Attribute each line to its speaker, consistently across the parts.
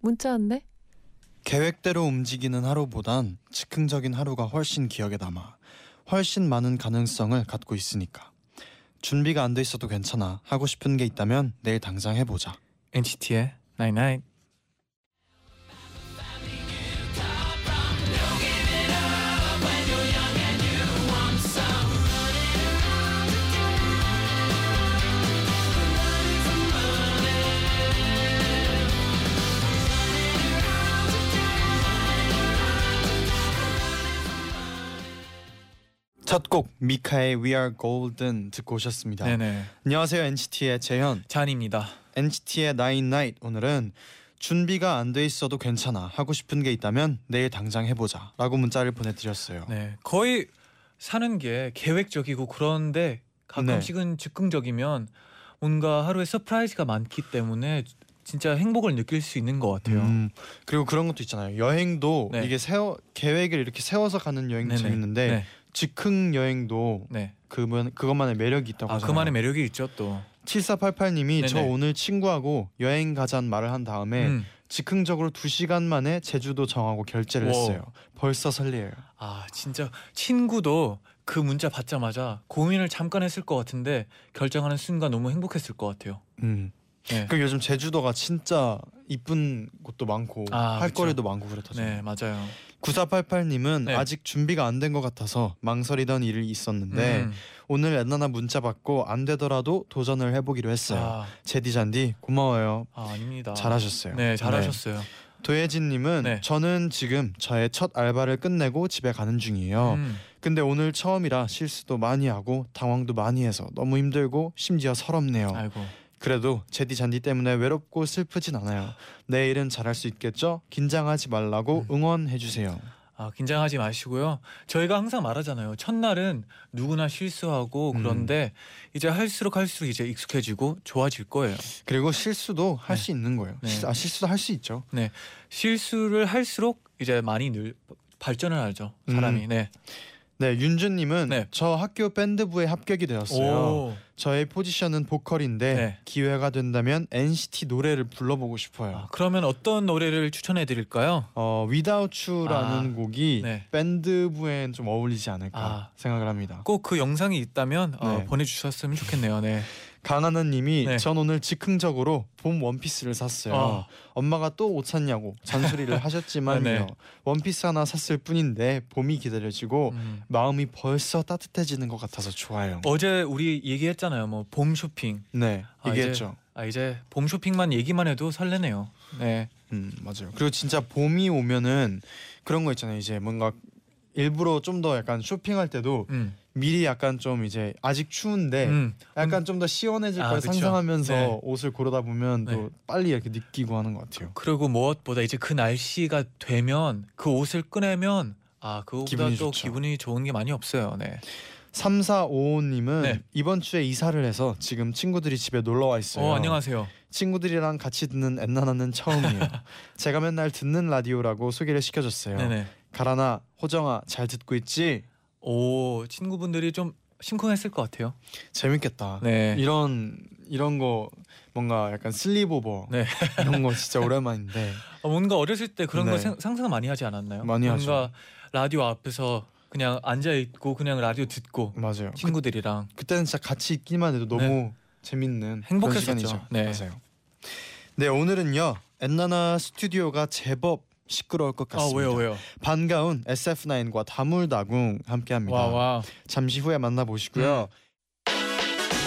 Speaker 1: 문자 왔네.
Speaker 2: 계획대로 움직이는 하루보단 즉흥적인 하루가 훨씬 기억에 남아 훨씬 많은 가능성을 갖고 있으니까 준비가 안 돼 있어도 괜찮아 하고 싶은 게 있다면 내일 당장 해보자
Speaker 3: NCT의 Night Night
Speaker 2: 첫 곡 미카의 We Are Golden 듣고 오셨습니다
Speaker 3: 네네
Speaker 2: 안녕하세요 NCT의 재현
Speaker 3: 잔입니다
Speaker 2: NCT의 Nine Night 오늘은 준비가 안 돼 있어도 괜찮아 하고 싶은 게 있다면 내일 당장 해보자 라고 문자를 보내드렸어요
Speaker 4: 네, 거의 사는 게 계획적이고 그런데
Speaker 2: 네.
Speaker 4: 가끔씩은 즉흥적이면 뭔가 하루에 서프라이즈가 많기 때문에 진짜 행복을 느낄 수 있는 것 같아요.
Speaker 2: 음, 그리고 그런 것도 있잖아요 여행도
Speaker 4: 네.
Speaker 2: 이게 세워 계획을 이렇게 세워서 가는 여행도
Speaker 4: 네네.
Speaker 2: 재밌는데
Speaker 4: 네,
Speaker 2: 즉흥 여행도
Speaker 4: 네.
Speaker 2: 그만 그것만의 매력이 있다고
Speaker 4: 아
Speaker 2: 하잖아요.
Speaker 4: 그만의 매력이 있죠 또.
Speaker 2: 7488님이 저
Speaker 4: 네네.
Speaker 2: 오늘 친구하고 여행 가잔 말을 한 다음에
Speaker 4: 음.
Speaker 2: 즉흥적으로 2시간 만에 제주도 정하고 결제를
Speaker 4: 와우.
Speaker 2: 했어요. 벌써 설레요.
Speaker 4: 아 진짜 친구도 그 문자 받자마자 고민을 잠깐 했을 것 같은데 결정하는 순간 너무 행복했을 것 같아요.
Speaker 2: 음.
Speaker 4: 네,
Speaker 2: 그리고 요즘 제주도가 진짜 이쁜 곳도 많고
Speaker 4: 아,
Speaker 2: 할
Speaker 4: 그쵸.
Speaker 2: 거리도 많고 그렇다잖아요.
Speaker 4: 네 맞아요.
Speaker 2: 9488님은
Speaker 4: 네.
Speaker 2: 아직 준비가 안 된 것 같아서 망설이던 일이 있었는데
Speaker 4: 음.
Speaker 2: 오늘 엔나나 문자 받고 안 되더라도 도전을 해보기로 했어요.
Speaker 4: 아,
Speaker 2: 제디잔디 고마워요.
Speaker 4: 아 아닙니다.
Speaker 2: 잘하셨어요.
Speaker 4: 네 잘하셨어요.
Speaker 2: 도예진님은
Speaker 4: 네.
Speaker 2: 저는 지금 저의 첫 알바를 끝내고 집에 가는 중이에요.
Speaker 4: 음.
Speaker 2: 근데 오늘 처음이라 실수도 많이 하고 당황도 많이 해서 너무 힘들고 심지어 서럽네요.
Speaker 4: 아이고.
Speaker 2: 그래도 제디 잔디 때문에 외롭고 슬프진 않아요. 내일은 잘할 수 있겠죠? 긴장하지 말라고 응원해 주세요.
Speaker 4: 네. 아, 긴장하지 마시고요. 저희가 항상 말하잖아요. 첫날은 누구나 실수하고
Speaker 2: 음.
Speaker 4: 그런데 이제 할수록 할수록 이제 익숙해지고 좋아질 거예요.
Speaker 2: 그리고 실수도 할
Speaker 4: 네.
Speaker 2: 수 있는 거예요.
Speaker 4: 네.
Speaker 2: 실- 아, 실수도 할 수 있죠.
Speaker 4: 실수를 할수록 이제 많이 늘 발전을 하죠. 사람이.
Speaker 2: 음.
Speaker 4: 네.
Speaker 2: 네, 윤주님은
Speaker 4: 네.
Speaker 2: 저 학교 밴드부에 합격이 되었어요.
Speaker 4: 오.
Speaker 2: 저의 포지션은 보컬인데
Speaker 4: 네.
Speaker 2: 기회가 된다면 NCT 노래를 불러보고 싶어요.
Speaker 4: 아, 그러면 어떤 노래를 추천해 드릴까요?
Speaker 2: 어 Without You라는
Speaker 4: 아,
Speaker 2: 곡이
Speaker 4: 네.
Speaker 2: 밴드부엔 좀 어울리지 않을까
Speaker 4: 아.
Speaker 2: 생각을 합니다.
Speaker 4: 꼭 그 영상이 있다면 어,
Speaker 2: 네.
Speaker 4: 보내주셨으면 좋겠네요. 네.
Speaker 2: 강하나님이
Speaker 4: 네.
Speaker 2: 전 오늘 즉흥적으로 봄 원피스를 샀어요.
Speaker 4: 아.
Speaker 2: 엄마가 또 옷 샀냐고 잔소리를 하셨지만요.
Speaker 4: 네.
Speaker 2: 원피스 하나 샀을 뿐인데 봄이 기다려지고
Speaker 4: 음.
Speaker 2: 마음이 벌써 따뜻해지는 것 같아서 좋아요.
Speaker 4: 어제 우리 얘기했잖아요. 뭐 봄 쇼핑.
Speaker 2: 네,
Speaker 4: 아,
Speaker 2: 얘기했죠.
Speaker 4: 아 이제 봄 쇼핑만 얘기만 해도 설레네요. 네.
Speaker 2: 음 맞아요. 그리고 진짜 봄이 오면은 그런 거 있잖아요. 이제 뭔가 일부러 좀 더 약간 쇼핑할 때도
Speaker 4: 음.
Speaker 2: 미리 약간 좀 이제 아직 추운데
Speaker 4: 음.
Speaker 2: 약간 좀 더 시원해질
Speaker 4: 아,
Speaker 2: 걸
Speaker 4: 그쵸.
Speaker 2: 상상하면서
Speaker 4: 네.
Speaker 2: 옷을 고르다 보면 또
Speaker 4: 네.
Speaker 2: 빨리 이렇게 느끼고 하는 것 같아요.
Speaker 4: 그리고 무엇보다 이제 그 날씨가 되면 그 옷을 꺼내면 아 그거보다
Speaker 2: 기분이
Speaker 4: 또
Speaker 2: 좋죠.
Speaker 4: 기분이 좋은 게 많이 없어요. 네.
Speaker 2: 3455님은
Speaker 4: 네.
Speaker 2: 이번 주에 이사를 해서 지금 친구들이 집에 놀러 와 있어요.
Speaker 4: 어 안녕하세요.
Speaker 2: 친구들이랑 같이 듣는 엔나나는 처음이에요. 제가 맨날 듣는 라디오라고 소개를 시켜줬어요.
Speaker 4: 네네.
Speaker 2: 가라나, 호정아 잘 듣고 있지?
Speaker 4: 오 친구분들이 좀 심쿵했을 것 같아요.
Speaker 2: 재밌겠다.
Speaker 4: 네.
Speaker 2: 이런 이런 거 뭔가 약간 슬립오버
Speaker 4: 네.
Speaker 2: 이런 거 진짜 오랜만인데
Speaker 4: 어, 뭔가 어렸을 때 그런
Speaker 2: 네.
Speaker 4: 거 생- 상상 많이 하지 않았나요?
Speaker 2: 많이
Speaker 4: 뭔가 라디오 앞에서 그냥 앉아 있고 그냥 라디오 듣고
Speaker 2: 맞아요. 그
Speaker 4: 친구들이랑
Speaker 2: 그때는 진짜 같이 있기만 해도 너무 재밌는
Speaker 4: 네. 행복했었죠.
Speaker 2: 그런 시간이죠.
Speaker 4: 네.
Speaker 2: 맞아요. 네 오늘은요 엔나나 스튜디오가 제법 시끄러울 것
Speaker 4: 아
Speaker 2: 같습니다.
Speaker 4: 왜요 왜요?
Speaker 2: 반가운 SF9과 다물다궁 함께합니다.
Speaker 4: 와 음. 와.
Speaker 2: 잠시 후에 만나보시고요.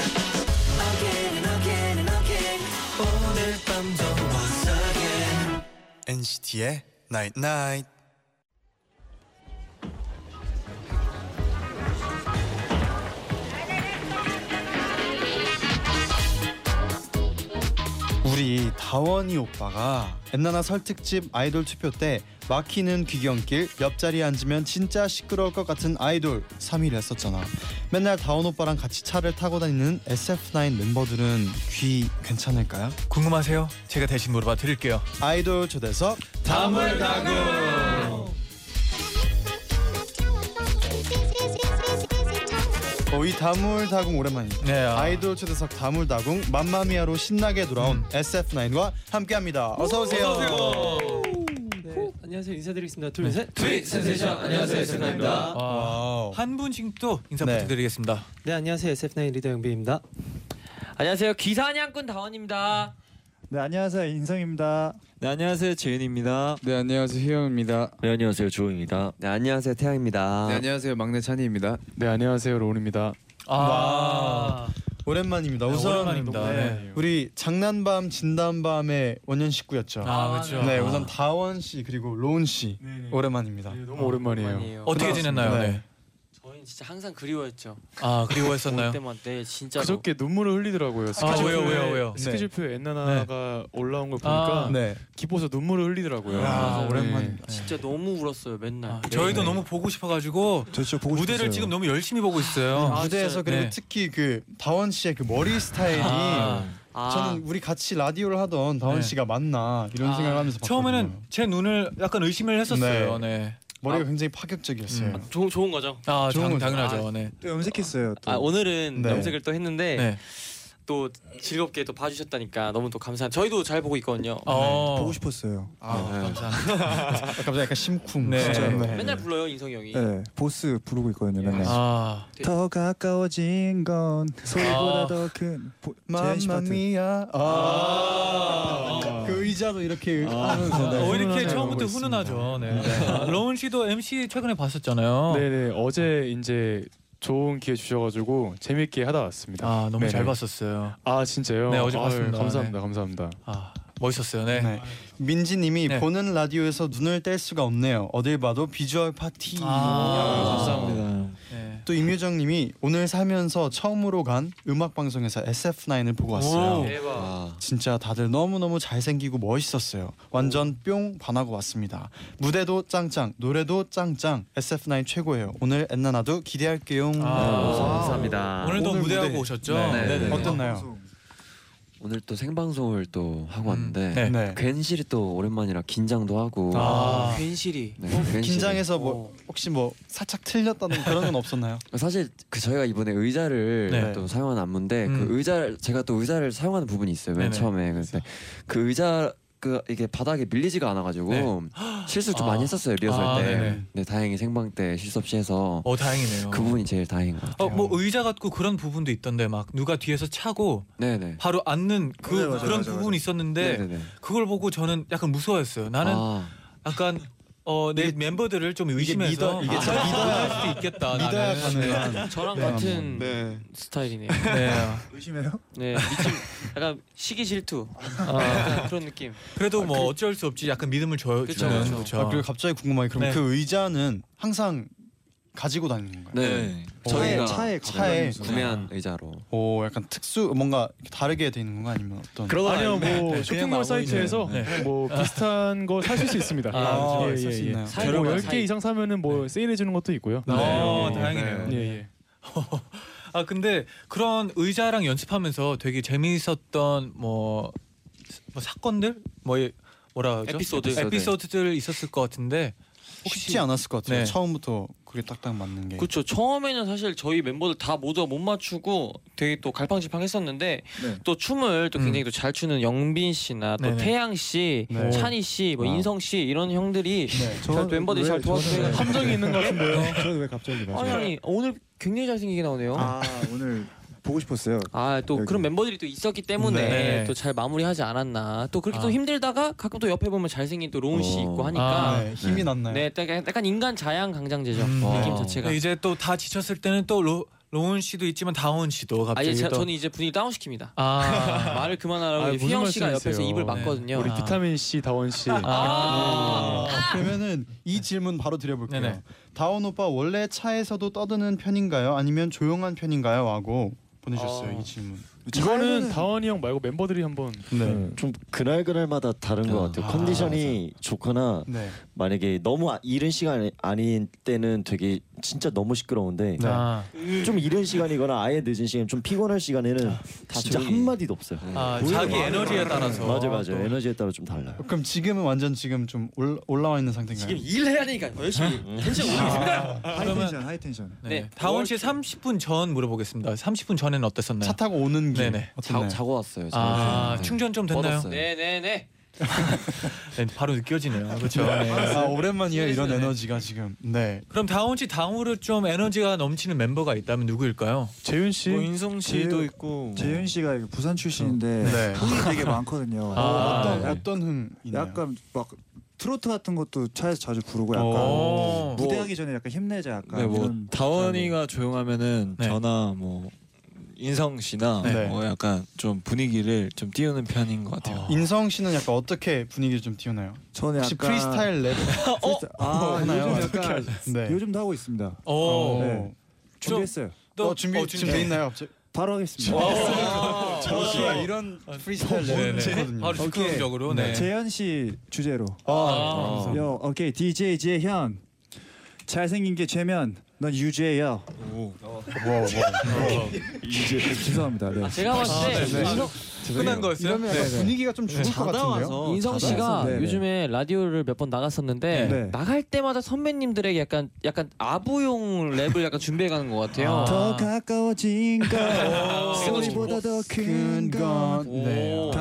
Speaker 3: Again and again and again 오늘 밤도 once again
Speaker 2: NCT의 Night Night. 우리 다원이 오빠가 엔나나 설특집 아이돌 투표 때 막히는 귀경길 옆자리에 앉으면 진짜 시끄러울 것 같은 아이돌 3위를 했었잖아 맨날 다원 오빠랑 같이 차를 타고 다니는 SF9 멤버들은 귀 괜찮을까요?
Speaker 4: 궁금하세요? 제가 대신 물어봐 드릴게요.
Speaker 2: 아이돌 초대석
Speaker 4: 다물다구.
Speaker 2: 어이 다물다궁 오랜만이다
Speaker 4: 네. 아,
Speaker 2: 아이돌 초대석 다물다궁 맘마미아로 신나게 돌아온
Speaker 4: 음.
Speaker 2: SF9과 함께합니다 어서 오세요
Speaker 1: 네, 안녕하세요 인사드리겠습니다
Speaker 3: 네.
Speaker 1: 둘 셋.
Speaker 3: 트윗 센세이션 안녕하세요 센세입니다
Speaker 4: 와.
Speaker 2: 와우.
Speaker 4: 한 분씩 또 인사
Speaker 2: 네.
Speaker 4: 부탁드리겠습니다.
Speaker 1: 네 안녕하세요 SF9 리더 영빈입니다.
Speaker 5: 안녕하세요 기사냥꾼 다원입니다.
Speaker 6: 네 안녕하세요 인성입니다.
Speaker 5: 네 안녕하세요 재윤입니다.
Speaker 7: 네 안녕하세요 희영입니다. 네,
Speaker 5: 네 안녕하세요 주호입니다. 네 안녕하세요 태양입니다.
Speaker 7: 안녕하세요 막내 찬이입니다. 네 안녕하세요 롤입니다.
Speaker 4: 아.
Speaker 2: 와. 오랜만입니다
Speaker 4: 네,
Speaker 2: 우선
Speaker 4: 오랜만입니다. 네.
Speaker 2: 우리 장난밤 진담밤의 원년 식구였죠.
Speaker 4: 아, 그렇죠.
Speaker 2: 네, 우선 다원 씨 그리고 로운 씨 오랜만입니다.
Speaker 7: 네, 너무 오랜만이에요.
Speaker 4: 어떻게 지냈나요?
Speaker 2: 네.
Speaker 4: 네.
Speaker 5: 저희는 진짜 항상 그리워했죠.
Speaker 4: 아,
Speaker 5: 올
Speaker 4: 그리워했었나요?
Speaker 5: 때만 네 진짜.
Speaker 7: 그저께 눈물을 흘리더라고요.
Speaker 4: 아,
Speaker 7: 스케줄표에-
Speaker 4: 왜요? 왜요? 왜요?
Speaker 2: 네.
Speaker 7: 스케줄표에 엔나나가 올라온 걸 보니까
Speaker 4: 아. 네.
Speaker 2: 네.
Speaker 7: 기뻐서 눈물을 흘리더라고요.
Speaker 2: 야, 오랜만입니다.
Speaker 5: 진짜 너무 울었어요 맨날.
Speaker 4: 아, 저희도 너무 보고 싶어 가지고
Speaker 2: 네. 저 진짜 보고
Speaker 4: 무대를 지금 너무 열심히 보고 있어요.
Speaker 5: 아,
Speaker 2: 무대에서
Speaker 5: 진짜.
Speaker 2: 그리고
Speaker 4: 네.
Speaker 2: 특히 그 다원 씨의 그 머리 스타일이
Speaker 4: 아.
Speaker 5: 아,
Speaker 2: 저는 우리 같이 라디오를 하던 다원
Speaker 4: 네.
Speaker 2: 씨가 맞나 이런
Speaker 5: 아,
Speaker 2: 생각을 하면서
Speaker 4: 처음에는
Speaker 2: 봤거든요.
Speaker 4: 제 눈을 약간 의심을 했었어요. 네.
Speaker 2: 머리가 굉장히 파격적이었어요.
Speaker 4: 음.
Speaker 5: 조, 좋은 거죠.
Speaker 4: 아,
Speaker 2: 좋은
Speaker 4: 당,
Speaker 2: 거죠.
Speaker 4: 당연하죠. 네.
Speaker 6: 네. 또 염색했어요. 또.
Speaker 5: 아 오늘은
Speaker 2: 네.
Speaker 5: 염색을 또 했는데
Speaker 4: 네.
Speaker 5: 또 즐겁게 또 봐주셨다니까 너무 또 감사. 저희도 잘 보고 있거든요. 네.
Speaker 4: 어.
Speaker 6: 네, 보고 싶었어요.
Speaker 2: 아,
Speaker 4: 감사합니다.
Speaker 2: 갑자기 약간 심쿵.
Speaker 4: 네.
Speaker 2: 진짜. 네. 예.
Speaker 5: 맨날 불러요 인성이 형이.
Speaker 6: 네 보스 부르고 있거든요 맨날.
Speaker 4: 아.
Speaker 6: 더 가까워진 건 소리보다
Speaker 4: 아.
Speaker 6: 더큰 재현 씨 파트.
Speaker 2: 맘마미아. 아. 그 의자도 이렇게
Speaker 6: 아.
Speaker 2: 하면서 네.
Speaker 4: 어, 이렇게
Speaker 2: 훈훈하게
Speaker 4: 처음부터
Speaker 2: 오고 있습니다.
Speaker 4: 훈훈하죠. 네. 아, 로운 씨도 MC 최근에 봤었잖아요.
Speaker 7: 네네 어제 이제 좋은 기회 주셔가지고 재밌게 하다 왔습니다.
Speaker 4: 아, 너무
Speaker 7: 네네.
Speaker 4: 잘 봤었어요.
Speaker 7: 아 진짜요?
Speaker 4: 네, 어제
Speaker 7: 아유,
Speaker 4: 봤습니다.
Speaker 7: 감사합니다. 감사합니다.
Speaker 4: 아, 멋있었어요. 네.
Speaker 2: 네. 민지님이
Speaker 4: 네.
Speaker 2: 보는 라디오에서 눈을 뗄 수가 없네요. 어딜 봐도 비주얼 파티.
Speaker 4: 아,
Speaker 5: 감사합니다.
Speaker 4: 네.
Speaker 2: 또 임유정님이 오늘 살면서 처음으로 간 음악 방송에서 SF9을 보고 왔어요. 아.
Speaker 4: 오.
Speaker 5: 대박.
Speaker 2: 진짜 다들 너무너무 잘생기고 멋있었어요. 완전 뿅 반하고 왔습니다. 무대도 짱짱, 노래도 짱짱. SF9 최고예요. 오늘 엔나나도 기대할게요. 네.
Speaker 4: 아. 오늘도
Speaker 2: 오늘
Speaker 4: 무대하고
Speaker 2: 무대.
Speaker 4: 오셨죠?
Speaker 2: 네.
Speaker 4: 네네.
Speaker 2: 어땠나요?
Speaker 8: 오늘 또 생방송을 또 하고 왔는데
Speaker 7: 음,
Speaker 4: 네.
Speaker 2: 네.
Speaker 8: 괜시리 또 오랜만이라 긴장도 하고
Speaker 4: 아.
Speaker 5: 괜시리.
Speaker 8: 네, 괜시리. 어.
Speaker 2: 긴장해서 뭐 혹시 뭐 살짝 틀렸다는 그런 건 없었나요?
Speaker 8: 사실 그 저희가 이번에 의자를
Speaker 4: 네.
Speaker 8: 또 사용한 안무인데
Speaker 4: 음.
Speaker 8: 그 의자를 제가 또 의자를 사용하는 부분이 있어요 맨
Speaker 4: 네네.
Speaker 8: 처음에 근데 그 의자 그 이게 바닥에 밀리지가 않아가지고
Speaker 4: 네.
Speaker 8: 실수 좀
Speaker 4: 아.
Speaker 8: 많이 했었어요 리허설
Speaker 4: 아,
Speaker 8: 때
Speaker 4: 네네.
Speaker 8: 근데 다행히 생방 때 실수 없이 해서
Speaker 4: 어, 다행이네요.
Speaker 8: 그 부분이 제일 다행인 것 같아요
Speaker 4: 어, 뭐 의자 같고 그런 부분도 있던데 막 누가 뒤에서 차고
Speaker 8: 네네
Speaker 4: 바로 앉는 그
Speaker 6: 맞아요, 맞아요,
Speaker 4: 그런
Speaker 6: 맞아요,
Speaker 4: 부분이 있었는데
Speaker 8: 네네네.
Speaker 4: 그걸 보고 저는 약간 무서워했어요. 나는
Speaker 8: 아.
Speaker 4: 약간 어, 내 멤버들을 좀 의심해서
Speaker 2: 믿어- 이게
Speaker 4: 아,
Speaker 2: 참
Speaker 4: 믿어야 할 수도 있겠다.
Speaker 2: 믿어야
Speaker 4: 나는.
Speaker 2: 가능한.
Speaker 5: 저랑
Speaker 2: 네.
Speaker 5: 같은
Speaker 6: 네.
Speaker 5: 스타일이네요.
Speaker 4: 네.
Speaker 6: 의심해요? 아.
Speaker 5: 네, 미친 약간 시기 질투 아, 약간 그런 느낌.
Speaker 4: 그래도 뭐 어쩔 수 없이 약간 믿음을 줘요.
Speaker 5: 그쵸,
Speaker 4: 주는
Speaker 7: 그렇죠.
Speaker 5: 그쵸.
Speaker 4: 그쵸.
Speaker 2: 아, 그리고 갑자기 궁금한 게 그럼
Speaker 4: 네.
Speaker 2: 그 의자는 항상 가지고 다니는 건가요?
Speaker 8: 네.
Speaker 2: 차에
Speaker 8: 저희가
Speaker 2: 차에 차에
Speaker 8: 구매한 의자로
Speaker 2: 오 어, 약간 특수 뭔가 다르게 돼 있는 건가 아니면 어떤 네,
Speaker 7: 아니요 뭐
Speaker 4: 나오고
Speaker 7: 쇼핑몰 사이트에서
Speaker 4: 있네요.
Speaker 7: 뭐 비슷한 거 사실 수 있습니다.
Speaker 4: 아,
Speaker 2: 아,
Speaker 7: 예,
Speaker 2: 있을
Speaker 7: 예,
Speaker 2: 수
Speaker 7: 예.
Speaker 2: 있나요?
Speaker 5: 사이버
Speaker 7: 뭐
Speaker 5: 사이-
Speaker 7: 10개 이상 사면은 뭐 세일해 주는 것도 있고요.
Speaker 4: 네. 어,
Speaker 7: 네.
Speaker 4: 다행이네요.
Speaker 7: 예, 예.
Speaker 4: 아 근데 그런 의자랑 연습하면서 되게 재미있었던 뭐, 뭐 사건들 뭐 예- 뭐라 하죠?
Speaker 5: 에피소드.
Speaker 4: 에피소드들 있었을 것 같은데
Speaker 2: 쉽지 않았을 것 같아요.
Speaker 4: 네.
Speaker 2: 처음부터 그게 딱딱 맞는 게.
Speaker 5: 그렇죠. 처음에는 사실 저희 멤버들 다 모두가 못 맞추고 되게 또 갈팡질팡했었는데
Speaker 6: 네.
Speaker 5: 또 춤을 또
Speaker 4: 음.
Speaker 5: 굉장히 또 잘 추는 영빈 씨나 또
Speaker 4: 네네.
Speaker 5: 태양 씨,
Speaker 2: 네.
Speaker 5: 찬희 씨, 뭐
Speaker 6: 아.
Speaker 8: 와우.
Speaker 5: 인성 씨 이런 형들이 잘 멤버들이 잘 도와줘서
Speaker 6: 네. 저는
Speaker 7: 함정이 있는 것 같은데요.
Speaker 6: 저는 왜 갑자기
Speaker 5: 아니
Speaker 6: 맞아요?
Speaker 5: 아니 오늘 굉장히 잘생기게 나오네요.
Speaker 6: 아 오늘 보고 싶었어요.
Speaker 5: 아 또
Speaker 6: 여기.
Speaker 5: 그런 멤버들이 또 있었기 때문에
Speaker 4: 네.
Speaker 5: 또 잘 마무리하지 않았나 또 그렇게
Speaker 4: 아.
Speaker 5: 또 힘들다가 가끔 또 옆에 보면 잘생긴 또 로운 씨
Speaker 8: 어.
Speaker 5: 있고
Speaker 4: 아,
Speaker 5: 하니까
Speaker 2: 네, 힘이 났나요?
Speaker 5: 네 약간 약간 인간 자양 강장제죠
Speaker 4: 음.
Speaker 5: 느낌
Speaker 8: 아.
Speaker 5: 자체가
Speaker 6: 네,
Speaker 4: 근데 이제 또 다 지쳤을 때는 또 로, 로운 씨도 있지만 다운 씨도
Speaker 5: 아
Speaker 4: 갑자기
Speaker 5: 이제
Speaker 4: 또
Speaker 5: 저는 이제 분위기 다운 시킵니다
Speaker 4: 아,
Speaker 5: 말을 그만하라고
Speaker 7: 아,
Speaker 5: 이제
Speaker 7: 무슨
Speaker 5: 휘영 씨가 옆에서
Speaker 7: 말씀이세요?
Speaker 5: 입을
Speaker 7: 네.
Speaker 5: 막거든요
Speaker 7: 우리
Speaker 4: 아.
Speaker 7: 비타민 C 네. 다원 씨.
Speaker 5: 아.
Speaker 2: 아, 그러면은 이 질문 바로 드려볼게요.
Speaker 4: 네네.
Speaker 2: 다운 오빠 원래 차에서도 떠드는 편인가요? 아니면 조용한 편인가요? 하고 보내셨어요
Speaker 5: 어.
Speaker 2: 이 질문.
Speaker 7: 이거는
Speaker 6: 잘하면은-
Speaker 7: 다원이 형 말고 멤버들이 한번
Speaker 2: 네.
Speaker 9: 좀 그날 그날마다 다른 것 같아요.
Speaker 7: 아,
Speaker 9: 컨디션이 좋거나
Speaker 2: 네.
Speaker 9: 만약에 너무 아- 이른 시간이 아닌 때는 되게 진짜 너무 시끄러운데
Speaker 2: 네.
Speaker 4: 아,
Speaker 9: 좀 이른 시간이거나 아예 늦은 시간, 좀 피곤할 시간에는 진짜
Speaker 8: 조용히.
Speaker 9: 한 마디도 없어요.
Speaker 4: 아
Speaker 9: 오히려
Speaker 4: 자기
Speaker 9: 많이
Speaker 4: 에너지에 따라서
Speaker 9: 맞아 맞아
Speaker 4: 또.
Speaker 9: 에너지에 따라 좀 달라요.
Speaker 2: 어, 그럼 지금은 완전 지금 좀 올, 올라와 있는
Speaker 4: 네.
Speaker 2: 상태인가요?
Speaker 5: 지금 일해야 하니까 열심히 텐션 올리겠습니다.
Speaker 6: 하이 텐션 하이 텐션.
Speaker 4: 네. 다원 씨 30분 전 물어보겠습니다. 30분 전에는
Speaker 2: 뭐
Speaker 4: 어땠었나요?
Speaker 2: 차 타고 오는 길
Speaker 4: 네네.
Speaker 2: 어땠나요?
Speaker 8: 자고 왔어요.
Speaker 4: 아
Speaker 8: 네.
Speaker 4: 충전 좀 됐나요?
Speaker 8: 뻗었어요.
Speaker 5: 네네네.
Speaker 4: 네, 바로 느껴지네요. 그렇죠.
Speaker 2: 아 오랜만이에요 이런
Speaker 4: 네.
Speaker 2: 에너지가 지금. 네.
Speaker 4: 그럼 다원 씨 다음으로 좀 에너지가 넘치는 멤버가 있다면 누구일까요?
Speaker 7: 재윤 씨
Speaker 2: 뭐
Speaker 6: 인성 씨도 있고 재윤 씨가 이거 부산 출신인데
Speaker 2: 네.
Speaker 6: 흥이 되게 많거든요.
Speaker 4: 아,
Speaker 2: 어떤
Speaker 4: 네.
Speaker 2: 어떤 흥? 있나요?
Speaker 6: 약간 막 트로트 같은 것도 차에서 자주 부르고 약간
Speaker 2: 어.
Speaker 4: 오.
Speaker 6: 무대하기 전에 약간 힘내자 약간
Speaker 10: 네, 뭐
Speaker 6: 그러니까 이런
Speaker 10: 다원이가 조용하면은
Speaker 4: 네.
Speaker 10: 저나 뭐 인성 씨나
Speaker 2: 네.
Speaker 10: 뭐 약간 좀 분위기를 좀 띄우는 편인 것 같아요.
Speaker 2: 인성 씨는 약간 어떻게 분위기를 좀 띄우나요?
Speaker 6: 저는
Speaker 2: 혹시
Speaker 6: 약간
Speaker 2: 프리스타일 랩?
Speaker 6: 프리스타- 아
Speaker 2: 하나요?
Speaker 6: 요즘
Speaker 2: 어? 어떻게
Speaker 6: 약간
Speaker 2: 네.
Speaker 6: 요즘도 하고 있습니다.
Speaker 4: 오.
Speaker 2: 네.
Speaker 6: 네.
Speaker 4: 좀-
Speaker 6: 준비했어요.
Speaker 2: 또
Speaker 4: 또
Speaker 2: 어, 준비
Speaker 4: 어,
Speaker 2: 지금 돼 있나요 갑자기?
Speaker 6: 바로 하겠습니다.
Speaker 2: 저시야 어, 이런 프리스타일
Speaker 4: 네, 네.
Speaker 2: 랩.
Speaker 4: 바로 즉흥적으로 네.
Speaker 6: 재현 씨 주제로.
Speaker 4: 아,
Speaker 6: 요 오케이 DJ 재현. 잘생긴 게 재면 넌 유재야. 죄송합니다. 네.
Speaker 5: 아, 제가 봤을 때
Speaker 4: 네, 네.
Speaker 5: 인성,
Speaker 4: 끝난 거였어요? 네,
Speaker 2: 이러면 약간 분위기가 좀 죽을 것 같은데요?
Speaker 5: 인성 씨가
Speaker 6: 네, 네.
Speaker 5: 요즘에 라디오를 몇 번 나갔었는데
Speaker 6: 네.
Speaker 5: 나갈 때마다 선배님들에게 약간 약간 아부용 랩을 약간 준비해가는 것 같아요.
Speaker 6: 더 가까워진 건 소리보다
Speaker 2: 건.
Speaker 6: 더큰건다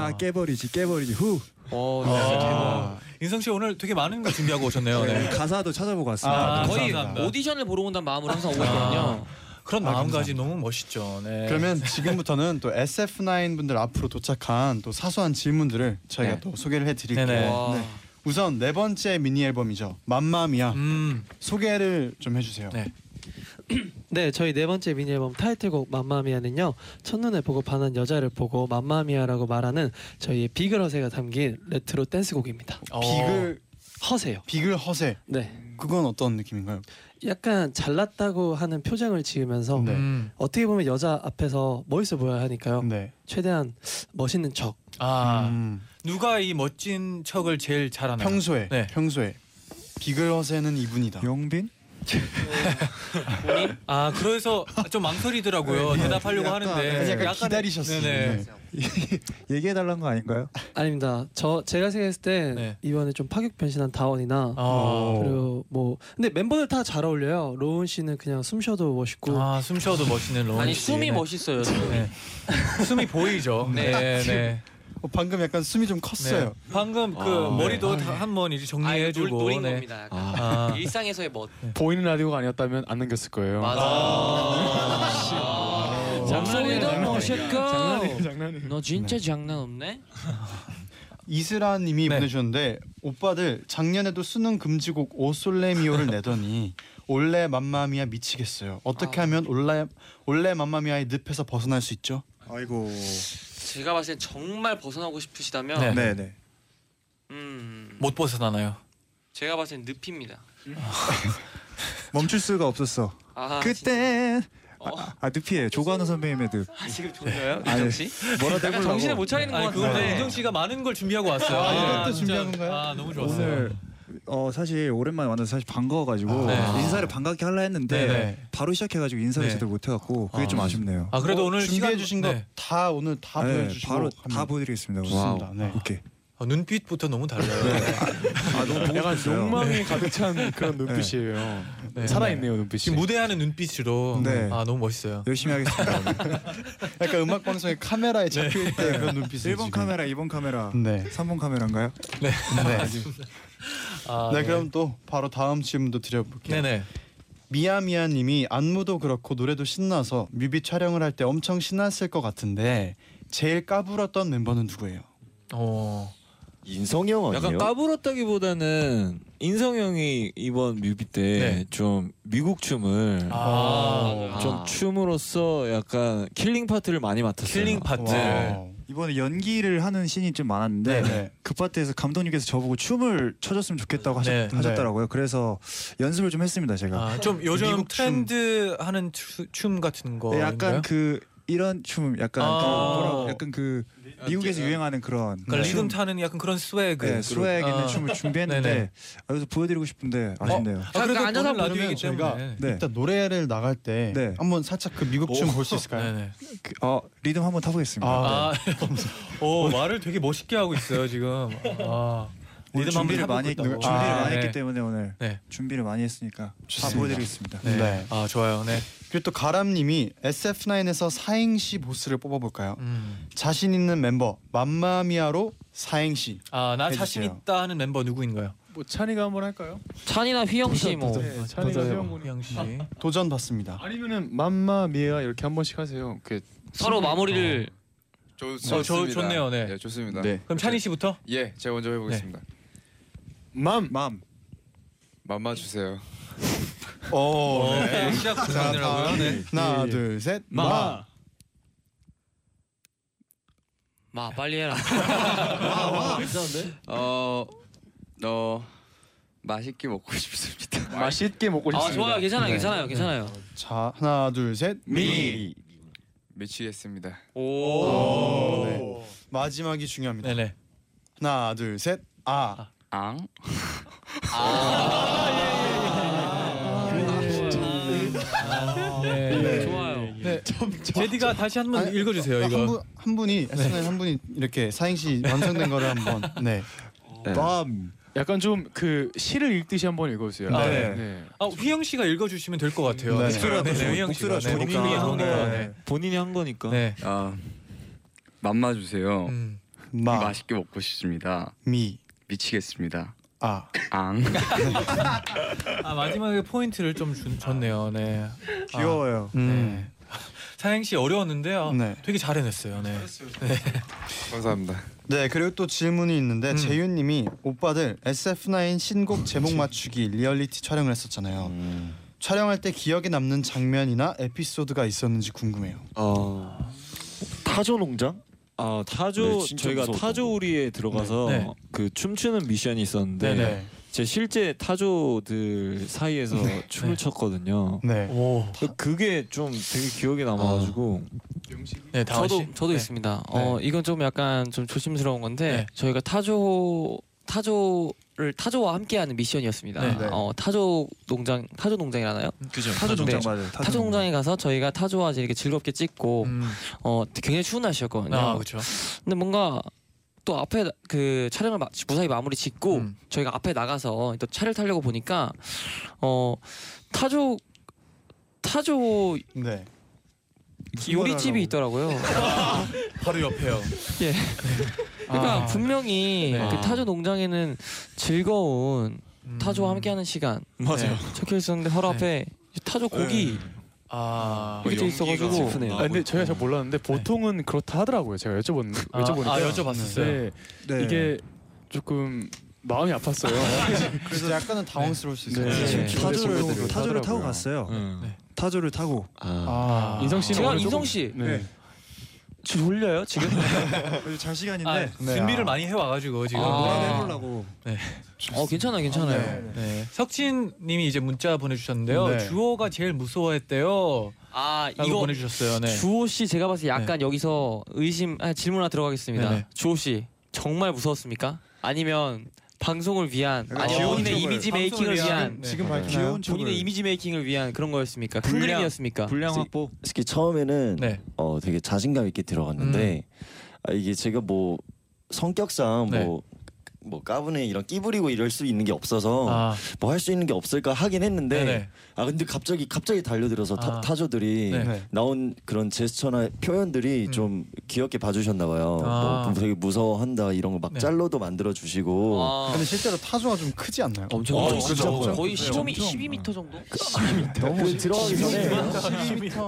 Speaker 2: 네.
Speaker 6: 깨버리지 깨버리지 후
Speaker 5: 어,
Speaker 4: 아.
Speaker 2: 네.
Speaker 4: 인성 씨 오늘 되게 많은 거 준비하고 오셨네요.
Speaker 6: 네,
Speaker 4: 네.
Speaker 6: 가사도 찾아보고 왔습니다.
Speaker 4: 아,
Speaker 5: 거의
Speaker 4: 감사합니다. 아.
Speaker 5: 오디션을 보러 온다는 마음으로 항상 오고 있거든요.
Speaker 4: 그런
Speaker 2: 아,
Speaker 4: 마음가짐
Speaker 2: 감사합니다.
Speaker 4: 너무 멋있죠. 네.
Speaker 2: 그러면 지금부터는 또 SF9 분들 앞으로 도착한 또 사소한 질문들을 저희가
Speaker 5: 네.
Speaker 2: 또 소개를 해드릴게요.
Speaker 4: 네네.
Speaker 5: 와.
Speaker 2: 네. 우선 네 번째 미니 앨범이죠. 맘마미아
Speaker 4: 음.
Speaker 2: 소개를 좀 해주세요.
Speaker 4: 네.
Speaker 1: 네, 저희 네 번째 미니 앨범 타이틀곡 맘마미아는요. 첫눈에 보고 반한 여자를 보고 맘마미아라고 말하는 저희의 비글 허세가 담긴 레트로 댄스곡입니다.
Speaker 4: 어.
Speaker 2: 비글
Speaker 1: 허세요.
Speaker 2: 비글 허세
Speaker 1: 네.
Speaker 2: 그건 어떤 느낌인가요?
Speaker 1: 약간 잘났다고 하는 표정을 지으면서
Speaker 2: 네.
Speaker 4: 음.
Speaker 1: 어떻게 보면 여자 앞에서 멋있어 보여야 하니까요.
Speaker 2: 네.
Speaker 1: 최대한 멋있는 척.
Speaker 4: 아
Speaker 2: 음,
Speaker 4: 누가 이 멋진 척을 제일 잘하나요?
Speaker 2: 평소에
Speaker 4: 네.
Speaker 2: 평소에 비글 허세는 이분이다.
Speaker 6: 용빈?
Speaker 4: 아 그래서 좀 망설이더라고요. 대답하려고
Speaker 6: 약간,
Speaker 4: 하는데
Speaker 6: 네,
Speaker 2: 네, 약간
Speaker 4: 약간의-
Speaker 2: 기다리셨어요.
Speaker 4: 네네.
Speaker 2: 네.
Speaker 6: 얘기해 달라는 거 아닌가요?
Speaker 1: 아닙니다. 저 제가 생각했을 때
Speaker 4: 네.
Speaker 1: 이번에 좀 파격 변신한 다원이나
Speaker 4: 아,
Speaker 1: 그리고 뭐 근데 멤버들 다 잘 어울려요. 로운 씨는 그냥 숨 쉬어도 멋있고
Speaker 4: 아, 숨 쉬어도 멋있는 로운
Speaker 5: 아니
Speaker 4: 씨.
Speaker 5: 숨이
Speaker 4: 네.
Speaker 5: 멋있어요. 지금.
Speaker 4: 숨이 보이죠.
Speaker 5: 네.
Speaker 4: 네. 네.
Speaker 2: 어, 방금 약간 숨이 좀 컸어요.
Speaker 4: 네. 방금 그
Speaker 8: 아,
Speaker 4: 머리도 다 한번 이제
Speaker 5: 아, 이거
Speaker 4: 정리해주고.
Speaker 5: 노, 노린
Speaker 4: 네.
Speaker 5: 겁니다. 약간.
Speaker 4: 아,
Speaker 5: 일상에서의 멋.
Speaker 7: 보이는 라디오가 아니었다면 안 남겼을 거예요.
Speaker 5: 맞아.
Speaker 7: 장난이에요,
Speaker 2: 어,
Speaker 4: 아.
Speaker 5: 아. 장난이다
Speaker 7: 장난이에요.
Speaker 5: 멋있고.
Speaker 7: 장난이.
Speaker 5: 너 진짜 장난 없네.
Speaker 2: 이스라님이
Speaker 4: 네.
Speaker 2: 보내주셨는데 오빠들 작년에도 수능 금지곡 오솔레미오를 내더니 올레 맘마미아 미치겠어요. 어떻게
Speaker 5: 아.
Speaker 2: 하면 올레 올레 맘마미아의 늪에서 벗어날 수 있죠?
Speaker 6: 아이고.
Speaker 5: 제가 봤을 땐 정말 벗어나고 싶으시다면
Speaker 4: 네.
Speaker 6: 네, 네.
Speaker 5: 음,
Speaker 4: 못 벗어나나요?
Speaker 5: 제가 봤을 땐 늪입니다.
Speaker 6: 멈출 수가 없었어.
Speaker 5: 아,
Speaker 6: 그때
Speaker 5: 어.
Speaker 6: 아, 아 늪이에요. 조관우 선배님의 늪.
Speaker 5: 아, 지금 졸려요?
Speaker 6: 아,
Speaker 5: 이정 씨?
Speaker 6: 뭐라도
Speaker 5: 약간
Speaker 6: 해보려고.
Speaker 5: 정신을 못 차리는 것
Speaker 4: 아니 그건
Speaker 5: 같은데.
Speaker 4: 인정 씨가 많은 걸 준비하고 왔어요.
Speaker 2: 아, 이것도
Speaker 4: 진짜.
Speaker 2: 준비한 건가요?
Speaker 4: 아 너무 좋았어요.
Speaker 6: 오늘 어 사실 오랜만에 만나서 사실 반가워가지고
Speaker 4: 네.
Speaker 6: 인사를 반갑게 하려 했는데
Speaker 4: 네네.
Speaker 6: 바로 시작해가지고 인사를
Speaker 4: 네.
Speaker 6: 제대로 못해갖고 그게
Speaker 4: 아.
Speaker 6: 좀 아쉽네요.
Speaker 4: 아 그래도
Speaker 2: 어,
Speaker 4: 오늘
Speaker 2: 준비해
Speaker 4: 시간-
Speaker 2: 주신
Speaker 4: 네.
Speaker 2: 거 다 오늘 다
Speaker 6: 네,
Speaker 2: 보여주시고
Speaker 6: 바로
Speaker 2: 하면
Speaker 6: 다 보여드리겠습니다. 오늘.
Speaker 2: 좋습니다. 네.
Speaker 6: 오케이.
Speaker 4: 아, 눈빛부터 너무 달라요. 네.
Speaker 6: 아 너무 보고
Speaker 7: 약간
Speaker 6: 싶었어요.
Speaker 7: 욕망이 가득 찬 그런 눈빛이에요.
Speaker 4: 네.
Speaker 7: 살아있네요 눈빛이.
Speaker 4: 지금 무대하는 눈빛으로
Speaker 6: 네.
Speaker 4: 아 너무 멋있어요.
Speaker 6: 열심히 하겠습니다. 오늘.
Speaker 2: 약간 음악 방송에 카메라에 네. 잡혀 있다 그런 눈빛을
Speaker 6: 1번 네. 카메라, 2번 카메라,
Speaker 2: 네.
Speaker 6: 3번 카메라인가요?
Speaker 2: 네.
Speaker 4: 아,
Speaker 2: 네 그럼 또 바로 다음 질문도 드려볼게요.
Speaker 4: 네네.
Speaker 2: 미야미야님이 안무도 그렇고 노래도 신나서 뮤비 촬영을 할 때 엄청 신났을 것 같은데 제일 까불었던 멤버는 누구예요?
Speaker 4: 어.
Speaker 9: 인성이 형
Speaker 10: 약간
Speaker 9: 아니에요?
Speaker 10: 까불었다기보다는 인성 형이 이번 뮤비 때
Speaker 4: 네.
Speaker 10: 좀 미국 춤을
Speaker 4: 아.
Speaker 5: 아.
Speaker 10: 좀 춤으로써 약간 킬링 파트를 많이 맡았어요.
Speaker 4: 킬링 파트.
Speaker 6: 네.
Speaker 4: 네.
Speaker 2: 와우.
Speaker 6: 이번에 연기를 하는 신이 좀 많았는데
Speaker 2: 네.
Speaker 6: 그 파트에서 감독님께서 저보고 춤을 춰줬으면 좋겠다고 하셨,
Speaker 4: 네.
Speaker 6: 더라고요 그래서 연습을 좀 했습니다 제가.
Speaker 4: 아, 좀 요즘
Speaker 2: 미국 춤.
Speaker 4: 트렌드 하는 추- 춤 같은 거.
Speaker 6: 네, 약간 그 이런 춤 약간
Speaker 4: 아.
Speaker 6: 그 뭐라고 약간 그 미국에서 유행하는 그런
Speaker 4: 그러니까
Speaker 6: 춤.
Speaker 4: 리듬 타는 약간 그런 스웨그.
Speaker 6: 네, 스웨그 있는
Speaker 4: 아.
Speaker 6: 춤을
Speaker 4: 네네.
Speaker 6: 준비했는데 아, 여기서 보여드리고 싶은데 아쉽네요.
Speaker 4: 아, 그래도
Speaker 5: 앉아서
Speaker 4: 보는
Speaker 5: 한번
Speaker 4: 라디오이기
Speaker 5: 들으면
Speaker 4: 때문에.
Speaker 6: 네,
Speaker 2: 일단 노래를 나갈 때
Speaker 6: 네.
Speaker 2: 한번 살짝 그 미국 춤 볼 수 있을까요?
Speaker 4: 네네.
Speaker 6: 그, 어, 리듬 한번 타보겠습니다.
Speaker 4: 아, 오 말을 되게 멋있게 하고 있어요 지금. 아,
Speaker 6: 오늘
Speaker 4: 리듬 한번
Speaker 6: 준비를
Speaker 4: 타보고
Speaker 6: 많이 했,
Speaker 4: 있다고.
Speaker 6: 준비를
Speaker 4: 아,
Speaker 6: 많이
Speaker 4: 네.
Speaker 6: 했기 때문에 오늘
Speaker 4: 네.
Speaker 6: 준비를 많이 했으니까 다
Speaker 2: 좋습니다.
Speaker 6: 보여드리겠습니다.
Speaker 4: 네.
Speaker 2: 네.
Speaker 4: 아 좋아요. 네.
Speaker 2: 그리고 또 가람님이 SF9에서 사행시 보스를 뽑아볼까요?
Speaker 4: 음.
Speaker 2: 자신 있는 멤버 맘마미아로 사행시
Speaker 4: 아나
Speaker 6: 해주세요.
Speaker 4: 자신 있다 하는 멤버 누구인가요?
Speaker 7: 뭐 찬이가 한번 할까요?
Speaker 5: 찬이나 휘영 씨 뭐.
Speaker 7: 네, 찬이가
Speaker 1: 맞아요.
Speaker 7: 세영군이.
Speaker 4: 휘영 씨.
Speaker 2: 도전 받습니다.
Speaker 7: 아니면은 맘마 미아 이렇게 한 번씩 하세요. 그
Speaker 5: 서로 마무리를
Speaker 4: 좋- 어, 좋- 좋네요, 네.
Speaker 11: 예,
Speaker 2: 어,
Speaker 10: 좋습니다.
Speaker 6: 네.
Speaker 4: 그럼 찬이 씨부터.
Speaker 10: 예, 제가 먼저
Speaker 4: 해보겠습니다.
Speaker 6: 맘, 맘.
Speaker 10: 맘마 주세요.
Speaker 2: 오,
Speaker 4: 어,
Speaker 2: 네.
Speaker 4: 네. 시작
Speaker 2: 자,
Speaker 4: 부탁드리고요. 네.
Speaker 2: 하나, 둘, 셋, 마.
Speaker 11: 아,
Speaker 5: 마 빨리 해라. 아,
Speaker 10: 어, 어 맛있게 먹고 싶습니다.
Speaker 7: 맛있게 먹고
Speaker 5: 아
Speaker 7: 싶습니다.
Speaker 5: 좋아요 괜찮아요 괜찮아요 괜찮아요.
Speaker 2: 네. 자, 하나, 둘, 셋,
Speaker 6: 미.
Speaker 10: 미치겠습니다.
Speaker 2: 오. 네. 마지막이 중요합니다.
Speaker 4: 네네.
Speaker 2: 하나, 둘, 셋, 아.
Speaker 10: 앙?
Speaker 4: 네.
Speaker 5: 좋아요.
Speaker 4: 네. 제디가 다시 한 번
Speaker 2: 아니,
Speaker 4: 읽어주세요 이거.
Speaker 2: 한, 분, 한
Speaker 4: 네.
Speaker 2: 분이 SNS 한 분이 이렇게 네, 사행시 완성된 거를 한번 네. 빰.
Speaker 7: 약간 좀 그 시를 읽듯이 한번 읽어주세요.
Speaker 4: 아,
Speaker 6: 네.
Speaker 7: 네.
Speaker 4: 아 휘영 씨가 읽어주시면 될 것 같아요.
Speaker 2: 네.
Speaker 4: 목소리가 네. 네. 휘영 씨가
Speaker 6: 목소리가
Speaker 4: 네.
Speaker 6: 좋으니까.
Speaker 4: 본인이 한 거예요. 네.
Speaker 10: 본인이 한 거니까.
Speaker 4: 네.
Speaker 10: 아, 맘마 주세요.
Speaker 4: 음.
Speaker 2: 마.
Speaker 10: 맛있게 먹고 싶습니다.
Speaker 2: 미.
Speaker 10: 미치겠습니다.
Speaker 2: 아.
Speaker 10: 앙.
Speaker 4: 아 마지막에 포인트를 좀 준, 줬네요. 네.
Speaker 6: 귀여워요.
Speaker 2: 음.
Speaker 4: 사행 씨 어려웠는데 요
Speaker 2: 네.
Speaker 4: 되게 잘해냈어요. 네.
Speaker 10: 감사합니다.
Speaker 2: 네 그리고 또 질문이 있는데
Speaker 4: 음.
Speaker 2: 재윤님이 오빠들 SF9 신곡 제목 맞추기 리얼리티 촬영을 했었잖아요.
Speaker 7: 음.
Speaker 2: 촬영할 때 기억에 남는 장면이나 에피소드가 있었는지 궁금해요.
Speaker 8: 어 타조 농장?
Speaker 10: 아
Speaker 8: 네,
Speaker 10: 타조
Speaker 8: 진짜
Speaker 10: 저희가
Speaker 8: 무서웠던
Speaker 10: 타조우리에 들어가서
Speaker 4: 네. 네.
Speaker 10: 그 춤추는 미션이 있었는데
Speaker 4: 네네.
Speaker 10: 제 실제 타조들 사이에서 춤을
Speaker 4: 네.
Speaker 10: 췄거든요.
Speaker 2: 네.
Speaker 4: 오.
Speaker 10: 그게 좀 되게 기억에 남아가지고
Speaker 4: 네 다원 씨.
Speaker 5: 저도 저도
Speaker 4: 네.
Speaker 5: 있습니다. 어 이건 좀 약간 좀 조심스러운 건데
Speaker 4: 네.
Speaker 5: 저희가 타조 타조를 타조와 함께하는 미션이었습니다.
Speaker 4: 네.
Speaker 2: 네.
Speaker 5: 어 타조 농장 타조 농장이라나요?
Speaker 6: 그죠.
Speaker 5: 타조 농장.
Speaker 6: 맞아요.
Speaker 5: 타조 농장에 가서 저희가 타조와 이렇게 즐겁게 찍고
Speaker 4: 음.
Speaker 5: 어 굉장히 추운 날씨였거든요.
Speaker 4: 아 그렇죠.
Speaker 5: 근데 뭔가 또 앞에 나- 그 촬영을 마, 무사히 마무리 짓고
Speaker 4: 음.
Speaker 5: 저희가 앞에 나가서 또 차를 타려고 보니까 어 타조 타조
Speaker 2: 네.
Speaker 5: 요리집이 있더라고요.
Speaker 4: 바로 옆에요.
Speaker 5: 예. 그러니까
Speaker 4: 아.
Speaker 5: 분명히
Speaker 4: 네.
Speaker 5: 그 타조 농장에는 즐거운
Speaker 4: 음.
Speaker 5: 타조와 함께하는 시간 네.
Speaker 4: 맞아요. 네.
Speaker 5: 적혀 있었는데 허리 앞에 타조 고기
Speaker 4: 아.
Speaker 5: 밑에 있어가지고
Speaker 7: 아, 근데 저희가 잘 몰랐는데 보통은 그렇다 하더라고요. 제가 여쭤본
Speaker 4: 네. 아,
Speaker 7: 여쭤보니까.
Speaker 4: 아 여쭤봤었어요.
Speaker 7: 네,
Speaker 6: 네.
Speaker 7: 이게 조금 마음이 아팠어요.
Speaker 2: 그래서 약간은 당황스러울 수 있어요.
Speaker 7: 네.
Speaker 5: 지금
Speaker 7: 근데
Speaker 6: 타조를
Speaker 7: 보여드리고
Speaker 6: 타조를 타고
Speaker 7: 하더라고요.
Speaker 6: 갔어요.
Speaker 10: 응.
Speaker 4: 네.
Speaker 6: 타조를 타고
Speaker 2: 아.
Speaker 7: 인성 씨는
Speaker 5: 제가
Speaker 7: 오늘
Speaker 5: 인성
Speaker 7: 조금-
Speaker 5: 씨
Speaker 7: 네.
Speaker 5: 지금 졸려요 지금?
Speaker 6: 그래서 아, 네. 잘 시간인데
Speaker 4: 아,
Speaker 2: 네,
Speaker 4: 준비를
Speaker 2: 아.
Speaker 4: 많이 해와가지고 지금.
Speaker 5: 아.
Speaker 6: 뭐라도
Speaker 4: 네.
Speaker 6: 해보려고
Speaker 5: 어 괜찮아요 괜찮아요.
Speaker 2: 네.
Speaker 4: 네. 석진님이 이제 문자 보내주셨는데요.
Speaker 2: 네.
Speaker 4: 주호가 제일 무서워했대요.
Speaker 5: 아
Speaker 4: 라고
Speaker 5: 이거
Speaker 4: 보내주셨어요. 네.
Speaker 5: 주호 씨 제가 봤을 때 약간 여기서 의심 아, 질문 하나 들어가겠습니다.
Speaker 4: 네네.
Speaker 5: 주호 씨 정말 무서웠습니까? 아니면 방송을 위한
Speaker 6: 약간
Speaker 5: 아니면
Speaker 6: 귀여운
Speaker 5: 본인의
Speaker 6: 쪽을,
Speaker 5: 이미지
Speaker 4: 방송을
Speaker 5: 메이킹을
Speaker 4: 위한-
Speaker 5: 위한
Speaker 4: 네.
Speaker 2: 지금
Speaker 8: 맞아요.
Speaker 2: 밝히나요?
Speaker 6: 귀여운
Speaker 5: 본인의
Speaker 6: 척을.
Speaker 5: 이미지 메이킹을 위한 그런 거였습니까? 큰
Speaker 10: 분량-
Speaker 5: 그림이었습니까?
Speaker 10: 분량 확보.
Speaker 8: 솔직히 처음에는
Speaker 4: 네.
Speaker 8: 어 되게 자신감 있게 들어갔는데 아, 이게 제가 뭐 성격상
Speaker 4: 음. 네.
Speaker 8: 뭐 뭐 까분해 이런 끼부리고 이럴 수 있는 게 없어서
Speaker 4: 아,
Speaker 8: 뭐 할 수 있는 게 없을까 하긴 했는데
Speaker 4: 네네.
Speaker 8: 아 근데 갑자기 갑자기 달려들어서
Speaker 4: 아.
Speaker 8: 타, 타조들이
Speaker 4: 네.
Speaker 2: 네.
Speaker 8: 나온 그런 제스처나 표현들이
Speaker 4: 음.
Speaker 8: 좀 귀엽게 봐주셨나 봐요.
Speaker 4: 아.
Speaker 8: 뭐 되게 무서워한다 이런 거 막
Speaker 4: 네.
Speaker 8: 짤로도 만들어 주시고
Speaker 5: 아,
Speaker 2: 근데 실제로 타조가 좀 크지 않나요?
Speaker 5: 엄청
Speaker 8: 어,
Speaker 5: 커요.
Speaker 8: 진짜 커요.
Speaker 5: 거의
Speaker 6: 네,
Speaker 5: 15m
Speaker 6: 엄청.
Speaker 5: 12m 정도?
Speaker 8: 그 들어가기 전에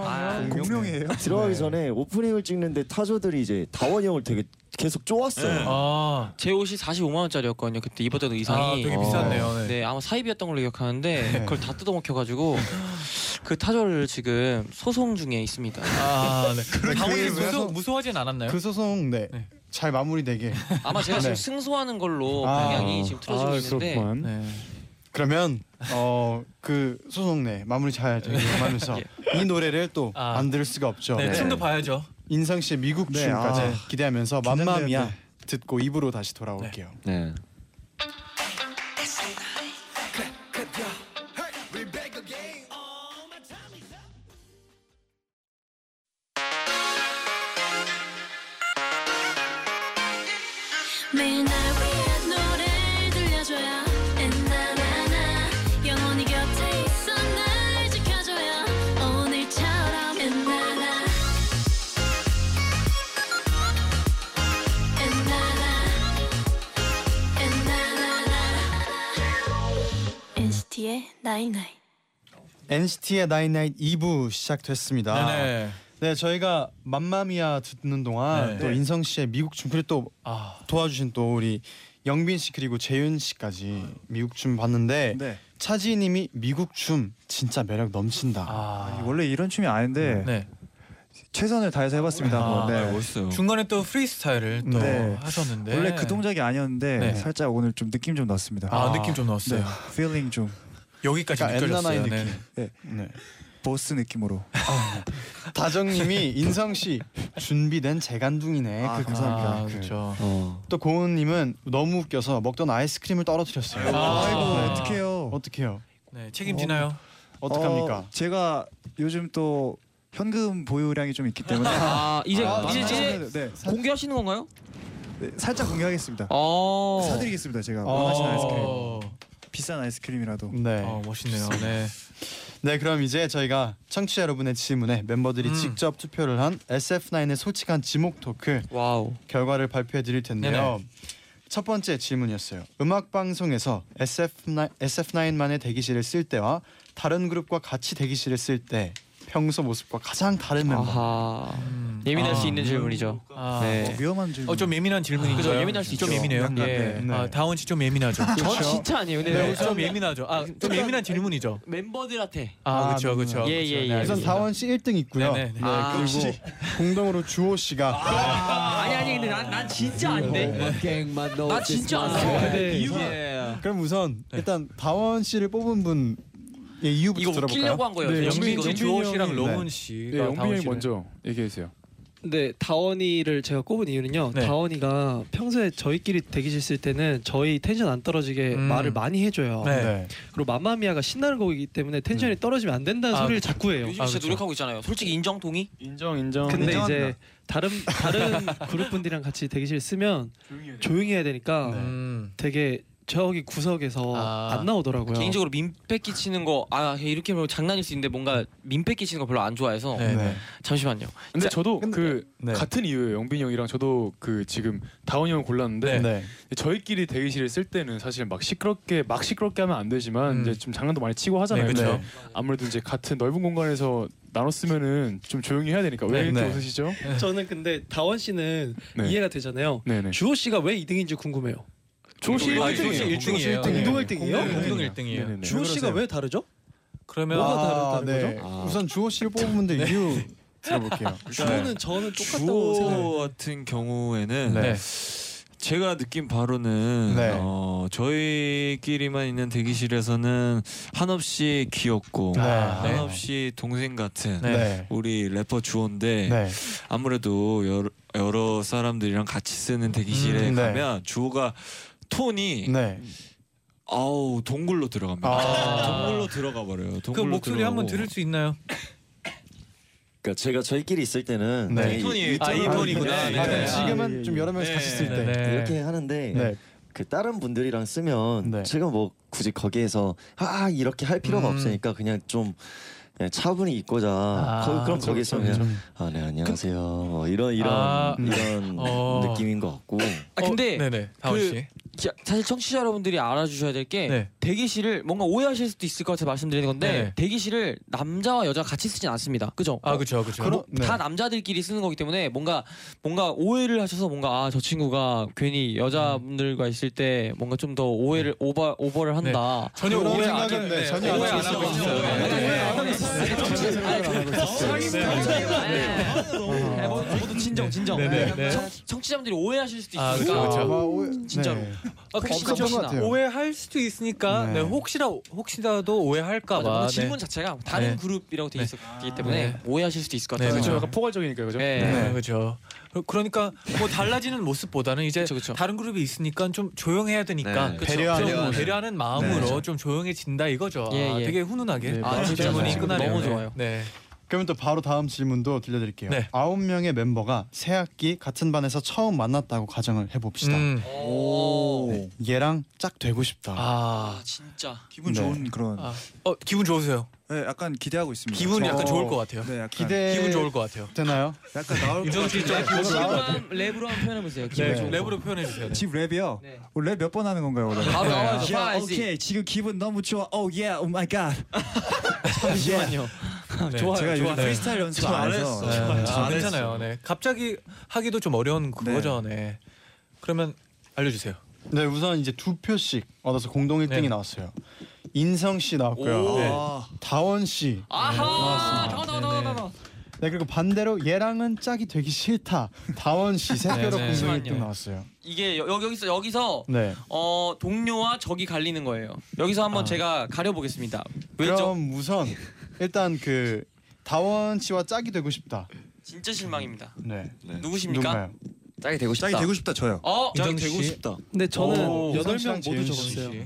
Speaker 5: 아,
Speaker 6: 공룡이에요?
Speaker 8: 들어가기 전에 오프닝을 찍는데 타조들이 이제 다원이 형을 되게 계속 쪼았어요.
Speaker 4: 아,
Speaker 5: 네. 제 옷이 45만 원짜리였거든요. 그때 입었던 의상이.
Speaker 4: 아 되게
Speaker 8: 어.
Speaker 4: 비쌌네요. 네.
Speaker 5: 네 아마 사입이었던 걸로 기억하는데 그걸 다 뜯어먹혀가지고 그 타조를 지금 소송 중에 있습니다.
Speaker 4: 아, 네. 강원이
Speaker 2: 그
Speaker 4: 무서
Speaker 2: 외에서-
Speaker 4: 무서워하진 않았나요?
Speaker 2: 그 소송 네.
Speaker 4: 네.
Speaker 2: 잘 마무리되게
Speaker 5: 아마 제가 지금
Speaker 2: 네.
Speaker 5: 승소하는 걸로
Speaker 2: 아.
Speaker 5: 방향이 지금 틀어지고
Speaker 7: 아,
Speaker 5: 있는데
Speaker 7: 그렇구만.
Speaker 4: 네.
Speaker 2: 그러면 어 그 소속내 마무리 잘 정리하면서 이 노래를 또
Speaker 4: 아.
Speaker 2: 안 들을 수가 없죠.
Speaker 4: 네,
Speaker 8: 네.
Speaker 4: 춤도 봐야죠.
Speaker 2: 인성 씨의 미국
Speaker 6: 네,
Speaker 2: 춤까지
Speaker 6: 아.
Speaker 2: 기대하면서
Speaker 6: 기대돼요,
Speaker 2: 맘마미아
Speaker 6: 네.
Speaker 2: 듣고 입으로 다시 돌아올게요.
Speaker 8: 네.
Speaker 12: 매일 날 위한 노래를 들려줘요 엔나나나 영원히 곁에 있어 날 지켜줘요 오늘처럼 엔나나 엔나나 엔나나나 NCT의 나잇나잇
Speaker 2: NCT의 나인나잇 2부 시작됐습니다.
Speaker 4: 네네.
Speaker 2: 네, 저희가 맘마미아 듣는 동안
Speaker 4: 네.
Speaker 2: 또
Speaker 4: 네.
Speaker 2: 인성 씨의 미국 춤 그리고 또
Speaker 4: 아
Speaker 2: 도와주신 또 우리 영빈 씨 그리고 재윤 씨까지 미국 춤 봤는데
Speaker 6: 네.
Speaker 2: 차지님이 미국 춤 진짜 매력 넘친다.
Speaker 4: 아.
Speaker 6: 원래 이런 춤이 아닌데
Speaker 4: 네.
Speaker 6: 최선을 다해서 해봤습니다.
Speaker 4: 아,
Speaker 6: 한번. 네.
Speaker 10: 멋있어요.
Speaker 4: 중간에 또 프리스타일을 또
Speaker 6: 네.
Speaker 4: 하셨는데
Speaker 6: 원래 그 동작이 아니었는데
Speaker 4: 네.
Speaker 6: 살짝 오늘 좀 느낌 좀 넣었습니다.
Speaker 4: 아, 느낌 좀 넣었어요.
Speaker 6: 네. feeling 좀
Speaker 4: 여기까지
Speaker 2: 그러니까
Speaker 4: 느껴졌어요.
Speaker 2: 엔나나의
Speaker 4: 네. 아.
Speaker 2: 느낌. 네.
Speaker 6: 보스 느낌으로.
Speaker 2: 다정님이 인성 씨 준비된 재간둥이네.
Speaker 6: 아,
Speaker 2: 그
Speaker 6: 감사합니다.
Speaker 4: 아,
Speaker 2: 그-
Speaker 4: 그렇죠.
Speaker 8: 어.
Speaker 2: 또 고은님은 너무 웃겨서 먹던 아이스크림을 떨어뜨렸어요. 네.
Speaker 4: 아.
Speaker 6: 아이고 어떡해요.
Speaker 2: 어떡해요?
Speaker 4: 네, 책임지나요?
Speaker 2: 어떡합니까?
Speaker 6: 어, 제가 요즘 또 현금 보유량이 좀 있기 때문에
Speaker 5: 아 이제
Speaker 6: 아,
Speaker 5: 이제 이제
Speaker 6: 네, 네, 사-
Speaker 5: 공개하시는 건가요?
Speaker 6: 네, 살짝 공개하겠습니다.
Speaker 5: 어.
Speaker 6: 사드리겠습니다 제가
Speaker 2: 어.
Speaker 6: 원하시는 아이스크림
Speaker 4: 어,
Speaker 6: 비싼 아이스크림이라도
Speaker 2: 네.
Speaker 4: 어, 멋있네요. 네.
Speaker 2: 네, 그럼 이제 저희가 청취자 여러분의 질문에 멤버들이
Speaker 4: 음.
Speaker 2: 직접 투표를 한 SF9의 솔직한 지목 토크
Speaker 5: 와우.
Speaker 2: 결과를 발표해 드릴 텐데요. 첫 번째 질문이었어요. 음악 방송에서 SF9, SF9만의 대기실을 쓸 때와 다른 그룹과 같이 대기실을 쓸 때 평소 모습과 가장 다른 멤버.
Speaker 5: 아하.
Speaker 4: 음.
Speaker 5: 예민할
Speaker 4: 아,
Speaker 5: 수 있는 질문이죠.
Speaker 4: 아,
Speaker 5: 네.
Speaker 6: 뭐 위험한 질문.
Speaker 4: 어, 좀 예민한 질문인가요?
Speaker 5: 그죠, 예민할 수 있죠.
Speaker 4: 좀 예민해요.
Speaker 6: 약간, 그렇죠.
Speaker 5: 예.
Speaker 2: 네.
Speaker 4: 아, 다운 씨 좀 예민하죠.
Speaker 5: 전 진짜 아니에요. 근데
Speaker 4: 네,
Speaker 5: 우선
Speaker 4: 좀 예민하죠. 아, 좀
Speaker 5: 일단-
Speaker 4: 예민한 질문이죠.
Speaker 5: 멤버들한테
Speaker 4: 아,
Speaker 2: 아,
Speaker 6: 네.
Speaker 4: 그렇죠, 그렇죠.
Speaker 5: 예, 예, 예.
Speaker 2: 우선 다원 씨 1등 있고요.
Speaker 4: 네네.
Speaker 2: 네,
Speaker 5: 아.
Speaker 2: 그리고 공동으로 주호 씨가
Speaker 5: 아니 아니 근데 난, 난 진짜 아닌데
Speaker 1: 갱만 넣어.
Speaker 5: 나 진짜 안
Speaker 3: 아,
Speaker 1: 네.
Speaker 5: 써.
Speaker 1: 네.
Speaker 5: 이유가
Speaker 2: 그럼 우선
Speaker 4: 네.
Speaker 2: 일단 다원 씨를 뽑은 분 예, 이유부터
Speaker 5: 이거
Speaker 2: 들어볼까요?
Speaker 5: 웃기려고 한 거예요.
Speaker 7: 네,
Speaker 5: 지금
Speaker 7: 영빈이
Speaker 5: 이거.
Speaker 4: 영빈 씨,
Speaker 7: 영빈이
Speaker 4: 주호
Speaker 7: 형이-
Speaker 4: 씨랑 로운
Speaker 7: 네,
Speaker 4: 씨가
Speaker 7: 영빈이
Speaker 4: 다운
Speaker 7: 형이
Speaker 4: 씨
Speaker 7: 먼저 얘기해 주세요.
Speaker 1: 근데 다원이를 제가 꼽은 이유는요.
Speaker 4: 네.
Speaker 1: 다원이가 평소에 저희끼리 대기실 쓸 때는 저희 텐션 안 떨어지게
Speaker 4: 음.
Speaker 1: 말을 많이 해줘요.
Speaker 4: 네.
Speaker 2: 네.
Speaker 1: 그리고 맘마미아가 신나는 곡이기 때문에 텐션이 떨어지면 안 된다는
Speaker 4: 아,
Speaker 1: 소리를 자꾸 해요.
Speaker 5: 요즘
Speaker 4: 아,
Speaker 5: 진짜
Speaker 4: 그렇죠.
Speaker 5: 노력하고 있잖아요. 솔직히 인정 동의?
Speaker 7: 인정
Speaker 5: 어,
Speaker 7: 인정.
Speaker 1: 근데 이제
Speaker 6: 인정합니다.
Speaker 1: 다른 다른 그룹 분들이랑 같이 대기실 쓰면 조용히 해야 되니까
Speaker 4: 음.
Speaker 1: 되게 저기 구석에서
Speaker 4: 아.
Speaker 1: 안 나오더라고요.
Speaker 5: 개인적으로 민폐 끼치는 거 아 이렇게 하면 장난일 수 있는데 뭔가 민폐 끼치는 거 별로 안 좋아해서
Speaker 4: 네.
Speaker 2: 네.
Speaker 5: 잠시만요.
Speaker 7: 근데
Speaker 5: 자,
Speaker 7: 저도 그
Speaker 2: 네.
Speaker 7: 같은 이유예요. 영빈이 형이랑 저도 그 지금 다원이 형을 골랐는데
Speaker 2: 네.
Speaker 7: 저희끼리 대기실을 쓸 때는 사실 막 시끄럽게 막 시끄럽게 하면 안 되지만
Speaker 4: 음.
Speaker 7: 이제 좀 장난도 많이 치고 하잖아요.
Speaker 4: 네, 그쵸.
Speaker 7: 근데 아무래도 이제 같은 넓은 공간에서 나눴으면은 좀 조용히 해야 되니까 왜
Speaker 4: 네,
Speaker 7: 이렇게
Speaker 2: 네.
Speaker 7: 웃으시죠?
Speaker 1: 저는 근데 다원 씨는
Speaker 7: 네.
Speaker 1: 이해가 되잖아요.
Speaker 7: 네네.
Speaker 1: 주호 씨가 왜 2등인지 궁금해요.
Speaker 7: 조호 씨
Speaker 4: 아, 일등이에요.
Speaker 7: 일등이에요.
Speaker 4: 일등이에요.
Speaker 1: 아, 공동
Speaker 4: 공동,
Speaker 1: 1등이요?
Speaker 4: 공동
Speaker 7: 네,
Speaker 4: 1등이에요.
Speaker 7: 네, 네.
Speaker 1: 주호 씨가 왜 다르죠?
Speaker 4: 그러면
Speaker 2: 뭐가
Speaker 1: 다르다는
Speaker 2: 거죠? 네. 우선 주호 씨를 뽑은 분들 이유 들어볼게요.
Speaker 1: 아.
Speaker 2: 네.
Speaker 1: 주호는 저는 똑같다고 생각해요.
Speaker 10: 주호 같은 경우에는
Speaker 4: 네.
Speaker 10: 제가 느낀 바로는
Speaker 2: 네.
Speaker 10: 어, 저희끼리만 있는 대기실에서는 한없이 귀엽고
Speaker 2: 네.
Speaker 10: 한없이 뭐 동생 같은
Speaker 4: 네.
Speaker 2: 네.
Speaker 10: 우리 래퍼 주호인데
Speaker 2: 네.
Speaker 10: 아무래도 여러, 여러 사람들이랑 같이 쓰는 대기실에
Speaker 2: 음, 네.
Speaker 10: 가면 주호가 톤이
Speaker 2: 네.
Speaker 10: 아우 동굴로 들어갑니다.
Speaker 7: 그렇죠.
Speaker 4: 아.
Speaker 10: 동굴로 들어가 버려요.
Speaker 4: 그
Speaker 10: 동굴로
Speaker 4: 목소리
Speaker 10: 들어가고.
Speaker 4: 한번 들을 수 있나요?
Speaker 9: 그러니까 제가 저희끼리 있을 때는
Speaker 2: 네.
Speaker 9: 되게
Speaker 10: 이 톤이에요, 이
Speaker 9: 톤을
Speaker 10: 톤.
Speaker 9: 하는데
Speaker 4: 톤이구나. 아, 네.
Speaker 2: 아, 근데
Speaker 4: 네.
Speaker 2: 지금은
Speaker 6: 아,
Speaker 2: 좀 여러 명이서
Speaker 10: 예,
Speaker 2: 같이 쓸
Speaker 10: 예.
Speaker 2: 때.
Speaker 9: 이렇게 하는데
Speaker 2: 네.
Speaker 9: 그 다른 분들이랑 쓰면
Speaker 2: 네.
Speaker 9: 제가 뭐 굳이 거기에서 아 이렇게 할 필요가
Speaker 4: 음.
Speaker 9: 없으니까 그냥 좀 그냥 차분히 입고자
Speaker 4: 아,
Speaker 9: 거, 그럼
Speaker 4: 그렇죠,
Speaker 9: 거기서 그냥 아네 안녕하세요 뭐 이런 이런
Speaker 4: 아,
Speaker 9: 이런
Speaker 4: 어.
Speaker 9: 느낌인 것 같고
Speaker 5: 아 근데
Speaker 4: 네네. 다원
Speaker 5: 그-
Speaker 4: 씨.
Speaker 5: 자, 사실 청취자 여러분들이 알아주셔야 될 게
Speaker 4: 네.
Speaker 5: 대기실을 뭔가 오해하실 수도 있을 것 같아 서 말씀드리는 건데
Speaker 4: 네.
Speaker 5: 대기실을 남자와 여자 같이 쓰진 않습니다. 그죠?
Speaker 4: 아, 그렇죠. 그렇죠.
Speaker 2: 그럼 네.
Speaker 5: 다 남자들끼리 쓰는 거기 때문에 뭔가 뭔가 오해를 하셔서 뭔가 아 저 친구가 괜히 여자분들과 있을 때 뭔가 좀 더 오해를 오버 오버를 한다.
Speaker 4: 네. 전혀
Speaker 2: 그런
Speaker 4: 오해 안
Speaker 2: 생각은, 네, 전혀
Speaker 4: 오해
Speaker 2: 안
Speaker 4: 안 하고
Speaker 2: 하고
Speaker 4: 있어요.
Speaker 2: 있어요.
Speaker 4: 네.
Speaker 5: 네.
Speaker 4: 오해 안 하고
Speaker 5: 네.
Speaker 4: 있어요.
Speaker 5: 네, 뭐, 저도 진정 진정.
Speaker 4: 네, 네, 네.
Speaker 1: 아, 네.
Speaker 5: 청, 청취자분들이 오해하실 수도 네.
Speaker 4: 아,
Speaker 5: 있으니까
Speaker 4: 그렇죠, 그렇죠.
Speaker 2: 아, 오-
Speaker 5: 진짜로.
Speaker 2: 네.
Speaker 4: 아,
Speaker 5: 없었던 것 같아요.
Speaker 4: 오해할 수도
Speaker 7: 아,
Speaker 4: 있으니까
Speaker 5: 네.
Speaker 4: 네. 혹시라 혹시라도 오해할까
Speaker 5: 맞아,
Speaker 4: 봐.
Speaker 5: 뭔가
Speaker 4: 네.
Speaker 5: 질문 자체가 다른
Speaker 4: 네.
Speaker 5: 그룹이라고 돼
Speaker 4: 네.
Speaker 5: 있었기 때문에
Speaker 4: 네.
Speaker 5: 오해하실 수도 있을 것
Speaker 4: 네,
Speaker 5: 같아요.
Speaker 4: 그쵸. 약간
Speaker 7: 그렇죠. 포괄적이니까요, 그죠?
Speaker 5: 네.
Speaker 4: 네, 그렇죠. 그러니까 뭐 달라지는 모습보다는 이제 다른 그룹이 있으니까 좀 조용해야 되니까
Speaker 7: 네.
Speaker 4: 좀
Speaker 7: 배려하는
Speaker 4: 좀
Speaker 7: 마음.
Speaker 4: 배려하는 마음으로
Speaker 7: 네.
Speaker 4: 좀 조용해진다 이거죠. 아, 되게 훈훈하게
Speaker 7: 네,
Speaker 4: 아,
Speaker 7: 맞아요.
Speaker 4: 질문이
Speaker 7: 맞아요.
Speaker 4: 끝나네요.
Speaker 7: 너무
Speaker 4: 네.
Speaker 7: 좋아요.
Speaker 4: 네.
Speaker 2: 그러면 또 바로 다음 질문도 들려드릴게요. 아홉 명의 멤버가 새 학기 같은 반에서 처음 만났다고 가정을 해봅시다.
Speaker 4: 음.
Speaker 2: 네, 얘랑 짝 되고 싶다.
Speaker 4: 아
Speaker 5: 진짜
Speaker 10: 네.
Speaker 6: 기분 좋은 그런.
Speaker 4: 아, 어 기분 좋으세요?
Speaker 6: 네, 약간 기대하고 있습니다.
Speaker 4: 기분 약간
Speaker 6: 저-
Speaker 4: 좋을 것 같아요.
Speaker 6: 네, 약간
Speaker 4: 기대- 기분 좋을 것 같아요.
Speaker 2: 되나요?
Speaker 6: 약간 나올 것
Speaker 4: 유정 씨
Speaker 6: 같은데. 네.
Speaker 4: 좀 기분 좋을 것 같아요.
Speaker 5: 랩으로 한번 표현해 보세요.
Speaker 6: 기분 좋은
Speaker 4: 랩으로 표현해 주세요. 네.
Speaker 6: 집 랩이요? 우리 랩 몇 번 하는 건가요? 원래?
Speaker 4: 바로 나와야죠.
Speaker 6: 야,
Speaker 4: 파이팅.
Speaker 6: 오케이 지금 기분 너무 좋아 오 예, 오 마이 갓
Speaker 4: 잠시만요.
Speaker 6: 네, 제가 요즘 프리스타일 연습 안 해서
Speaker 4: 네,
Speaker 6: 안 했어요.
Speaker 4: 괜찮아요. 네. 갑자기 하기도 좀 어려운 그거죠. 네. 그러면 알려주세요.
Speaker 2: 네, 우선 이제 두 표씩 얻어서 공동 1등이
Speaker 4: 네.
Speaker 2: 나왔어요. 인성 씨 나왔고요.
Speaker 4: 오. 네.
Speaker 2: 아, 다원 씨.
Speaker 5: 아하, 더, 더, 더, 더, 더.
Speaker 2: 네, 그리고 반대로 얘랑은 짝이 되기 싫다. 다원 씨세
Speaker 5: 네,
Speaker 2: 표로
Speaker 5: 네.
Speaker 2: 공동
Speaker 5: 잠시만요.
Speaker 2: 1등 나왔어요.
Speaker 5: 이게 여, 여- 여기서 여기서
Speaker 2: 네.
Speaker 5: 어 동료와 적이 갈리는 거예요. 여기서
Speaker 2: 아.
Speaker 5: 한번 제가 가려보겠습니다. 왜죠?
Speaker 2: 그럼 우선 일단 그 다원 씨와 짝이 되고 싶다.
Speaker 5: 진짜 실망입니다.
Speaker 2: 네.
Speaker 5: 누구십니까?
Speaker 2: 누군가요?
Speaker 5: 짝이 되고
Speaker 2: 싶다. 짝이 되고 싶다, 저요.
Speaker 5: 어,
Speaker 2: 짝이 되고 싶다.
Speaker 1: 근데 저는
Speaker 2: 오,
Speaker 1: 여덟
Speaker 2: 우선
Speaker 1: 명 모두
Speaker 2: 재윤 씨.
Speaker 1: 적었어요.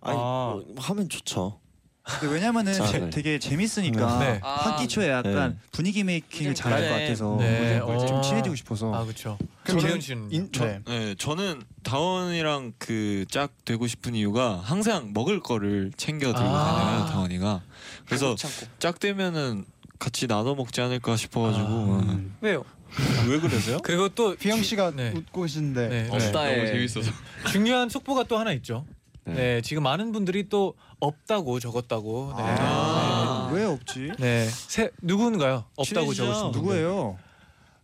Speaker 9: 아니 뭐, 하면 좋죠.
Speaker 6: 근데 왜냐면은
Speaker 9: 자,
Speaker 6: 제-
Speaker 9: 네.
Speaker 6: 되게
Speaker 4: 음.
Speaker 6: 재밌으니까
Speaker 9: 네. 아.
Speaker 6: 학기 초에 약간
Speaker 9: 네.
Speaker 6: 분위기 메이킹을 잘할 것
Speaker 10: 네.
Speaker 6: 같아서
Speaker 10: 네.
Speaker 6: 무조건 좀
Speaker 10: 어.
Speaker 6: 친해지고 싶어서
Speaker 4: 아 그렇죠
Speaker 10: 그럼
Speaker 6: 재윤
Speaker 10: 저는
Speaker 6: 씨는-
Speaker 10: 저,
Speaker 6: 네.
Speaker 10: 네. 저는 다원이랑 그 짝 되고 싶은 이유가 항상 먹을 거를 챙겨 들고
Speaker 4: 아.
Speaker 10: 다녀요 다원이가. 그래서 짝 되면은 같이 나눠 먹지 않을까 싶어가지고
Speaker 2: 아.
Speaker 10: 음.
Speaker 4: 왜요?
Speaker 2: 음.
Speaker 10: 왜 그러세요?
Speaker 4: 그리고 또 네.
Speaker 2: 휘영 씨가 웃고 계신데 네.
Speaker 5: 네.
Speaker 4: 중요한 속보가 또 하나 있죠. 네. 지금 많은 분들이 또 없다고 적었다고. 네.
Speaker 2: 아.
Speaker 6: 왜 없지?
Speaker 4: 네. 세 누군가요? 없다고
Speaker 6: 친해지자.
Speaker 4: 적으신 분.
Speaker 6: 누구예요?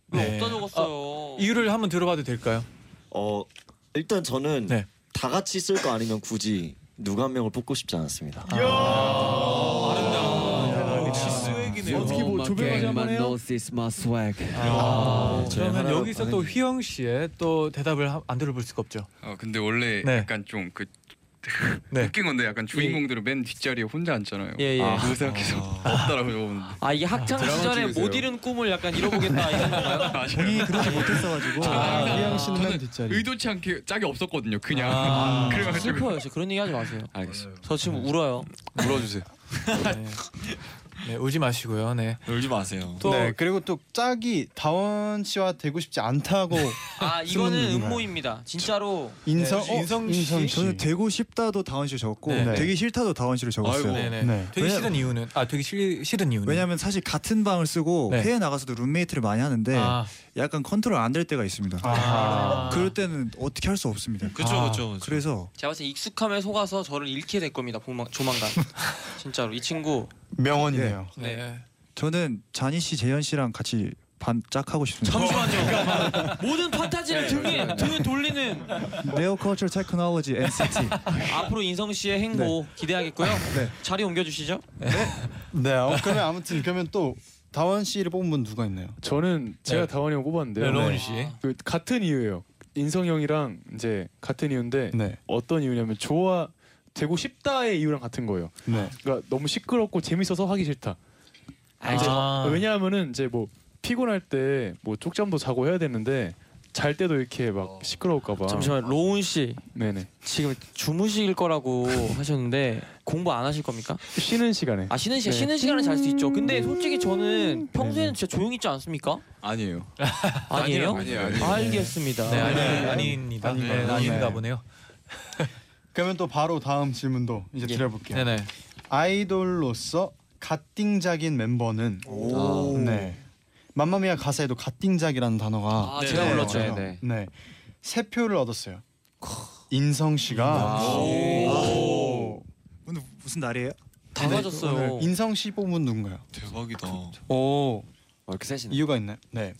Speaker 4: 네.
Speaker 5: 없다 적었어요.
Speaker 4: 아, 이유를 한번 들어봐도 될까요?
Speaker 9: 어 일단 저는 다 같이 쓸 거 아니면 굳이 누가 한 명을 뽑고 싶지 않았습니다. 아.
Speaker 13: 아,
Speaker 14: 어떻게 뭐 조별과제 한번 해요?
Speaker 4: 아,
Speaker 5: 네,
Speaker 4: 그러면
Speaker 14: 하나
Speaker 4: 여기서 또 휘영 씨의 또 대답을 하- 안 들어볼 수가 없죠.
Speaker 11: 어 근데 원래
Speaker 4: 네.
Speaker 11: 약간 좀 그
Speaker 4: 네.
Speaker 11: 웃긴 건데 약간 주인공들은 맨 뒷자리에 혼자 앉잖아요.
Speaker 5: 예, 예.
Speaker 11: 아, 그거 생각해서 없더라고요.
Speaker 5: 아 이게 학창
Speaker 11: 드라마
Speaker 5: 시절에
Speaker 11: 찍으세요.
Speaker 5: 못 이룬 꿈을 약간 이뤄보겠다 이런 건가요? 아,
Speaker 11: 본인이
Speaker 6: 그러지 못했어가지고
Speaker 2: 아,
Speaker 5: 휘영 씨는
Speaker 11: 저는
Speaker 2: 뒷자리.
Speaker 11: 의도치 않게 짝이 없었거든요. 그냥
Speaker 5: 아,
Speaker 11: 그래가지고
Speaker 5: 슬퍼요. 저 그런 얘기 하지 마세요.
Speaker 11: 알겠어요.
Speaker 5: 저 지금 울어요.
Speaker 10: 물어주세요.
Speaker 4: 네, 울지 마시고요. 네.
Speaker 10: 울지 마세요.
Speaker 2: 네 그리고 또 짝이 다원 씨와 되고 싶지 않다고
Speaker 5: 아
Speaker 2: 쓰는
Speaker 5: 이거는
Speaker 2: 건가요?
Speaker 5: 음모입니다. 진짜로
Speaker 2: 인성
Speaker 5: 네,
Speaker 2: 인성 씨,
Speaker 6: 어, 저는 되고 싶다도 다원 씨를 적었고
Speaker 4: 아, 네.
Speaker 6: 되게 싫다도 다원 씨를 적었어요.
Speaker 4: 네네. 되게
Speaker 6: 왜냐-
Speaker 4: 싫은 이유는 아 되게 싫, 싫은 이유는
Speaker 6: 왜냐면 사실 같은 방을 쓰고
Speaker 4: 네.
Speaker 6: 해외 나가서도 룸메이트를 많이 하는데
Speaker 4: 아.
Speaker 6: 약간 컨트롤 안 될 때가 있습니다.
Speaker 4: 아.
Speaker 6: 그럴 때는 어떻게 할 수 없습니다.
Speaker 5: 그쵸, 아. 그쵸,
Speaker 6: 그래서
Speaker 5: 제가 봤을 때 익숙함에 속아서 저를 잃게 될 겁니다. 조만- 조만간 진짜로 이 친구
Speaker 2: 명언이네요.
Speaker 5: 네.
Speaker 6: 저는 자니 씨, 재현 씨랑 같이 반짝 하고 싶습니다.
Speaker 5: 모든 판타지를 등에 등에 돌리는
Speaker 6: 네오컬처 테크놀로지 NCT.
Speaker 5: 앞으로 인성 씨의 행보 기대하겠고요. 자리 옮겨주시죠.
Speaker 2: 네 어, 그러면 아무튼 그러면 또 다원 씨를 뽑은 분 누가 있나요?
Speaker 7: 저는 제가
Speaker 2: 네.
Speaker 7: 다원이 형 뽑았는데요.
Speaker 2: 네, 로운 씨.
Speaker 7: 그 같은 이유예요. 인성 형이랑 이제 같은 이유인데
Speaker 2: 네.
Speaker 7: 어떤 이유냐면 좋아 되고 싶다의 이유랑 같은 거예요.
Speaker 2: 네.
Speaker 7: 그러니까 너무 시끄럽고 재밌어서 하기 싫다.
Speaker 2: 아.
Speaker 5: 알죠.
Speaker 7: 이제 왜냐하면은 이제 뭐 피곤할 때 뭐 쪽잠도 자고 해야 되는데 잘 때도 이렇게 막 시끄러울까봐.
Speaker 5: 잠시만 로운 씨
Speaker 7: 네네.
Speaker 5: 지금 주무실 거라고 하셨는데 공부 안 하실 겁니까?
Speaker 7: 쉬는 시간에.
Speaker 5: 아 쉬는 시간
Speaker 7: 네.
Speaker 5: 쉬는 시간에 잘 수 있죠. 근데 솔직히 저는 평소에는 진짜 조용히 있지 않습니까?
Speaker 10: 아니에요.
Speaker 5: 아니에요?
Speaker 10: 아니에요, 아니에요.
Speaker 5: 알겠습니다.
Speaker 4: 네, 아니, 아닙니다.
Speaker 2: 아니,
Speaker 4: 네,
Speaker 2: 아니,
Speaker 4: 아닌가
Speaker 2: 네.
Speaker 4: 보네요.
Speaker 2: 그러면 또 바로 다음 질문도 이제 드려볼게요. 아이돌로서 갓띵작인 멤버는
Speaker 4: 오.
Speaker 2: 네 맘마미아 가사에도 갓띵작이라는 단어가
Speaker 5: 아, 제가
Speaker 2: 네,
Speaker 5: 불렀죠.
Speaker 2: 맞아요.
Speaker 5: 네,
Speaker 2: 네. 세 표를 얻었어요. 인성
Speaker 9: 아.
Speaker 6: 아.
Speaker 2: 씨가 네.
Speaker 6: 오.
Speaker 2: 오.
Speaker 6: 오늘 무슨 날이에요?
Speaker 2: 네, 오늘 인성 씨 뽑은 누군가요?
Speaker 10: 대박이다.
Speaker 2: 오.
Speaker 9: 이렇게 세시네.
Speaker 2: 이유가 있나요? 네.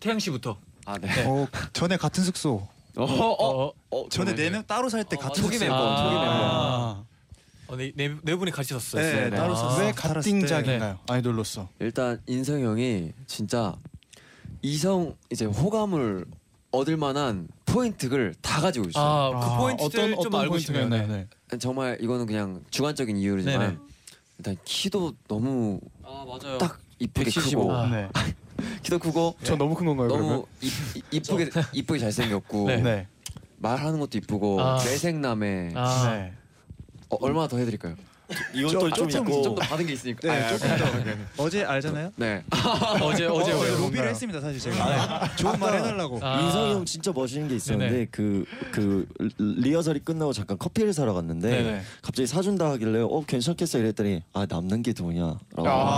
Speaker 4: 태양 씨부터.
Speaker 9: 아 네.
Speaker 6: 어, 전에 같은 숙소.
Speaker 9: 어,
Speaker 4: 어, 어,
Speaker 6: 전에
Speaker 4: 그러네.
Speaker 6: 네 명 따로 살 때
Speaker 4: 어,
Speaker 6: 같은
Speaker 4: 초기
Speaker 6: 숙소.
Speaker 4: 멤버, 초기
Speaker 6: 아.
Speaker 4: 멤버. 어, 네, 네, 네 분이 같이 썼어요.
Speaker 2: 네,
Speaker 5: 아.
Speaker 2: 따로 썼어요. 왜 갓띵작인가요?
Speaker 4: 네.
Speaker 2: 아이돌로서.
Speaker 9: 일단 인성 형이 진짜 이성 이제 호감을 얻을 만한
Speaker 13: 포인트를 다 가지고 있어요.
Speaker 4: 아, 그 아, 포인트들 어떤- 좀 어떤 알고 포인트가요? 있네요. 네.
Speaker 13: 정말 이거는 그냥 주관적인 이유지만
Speaker 4: 네네.
Speaker 13: 일단 키도 너무
Speaker 5: 맞아요.
Speaker 13: 딱 이쁘게
Speaker 5: 175.
Speaker 13: 크고
Speaker 5: 아, 네.
Speaker 13: 키도 크고
Speaker 7: 저 너무 큰 건가요, 그러면?
Speaker 13: 너무 이- 이- 이쁘게 이쁘게 잘생겼고
Speaker 7: 네. 네.
Speaker 13: 말하는 것도 이쁘고
Speaker 7: 아.
Speaker 13: 내생남에
Speaker 7: 아. 네.
Speaker 13: 어, 얼마나 더 해드릴까요?
Speaker 9: 이건 또 좀 있고.
Speaker 13: 좀더 받은 게 있으니까
Speaker 4: 아,
Speaker 9: 네, 조금 더.
Speaker 6: 아, 어제 알잖아요.
Speaker 13: 네.
Speaker 9: 어제- 어제 왜요?
Speaker 6: 로비를
Speaker 9: 뭔가요?
Speaker 6: 했습니다 사실 제가. 좋은 말 해달라고.
Speaker 9: 인성이 형 진짜 멋있는 게
Speaker 6: 네네.
Speaker 9: 있었는데 그 그 리허설이 끝나고 잠깐 커피를 사러 갔는데
Speaker 6: 네네.
Speaker 9: 갑자기 사준다 하길래 어 괜찮겠어 이랬더니 아 남는 게 돈이야.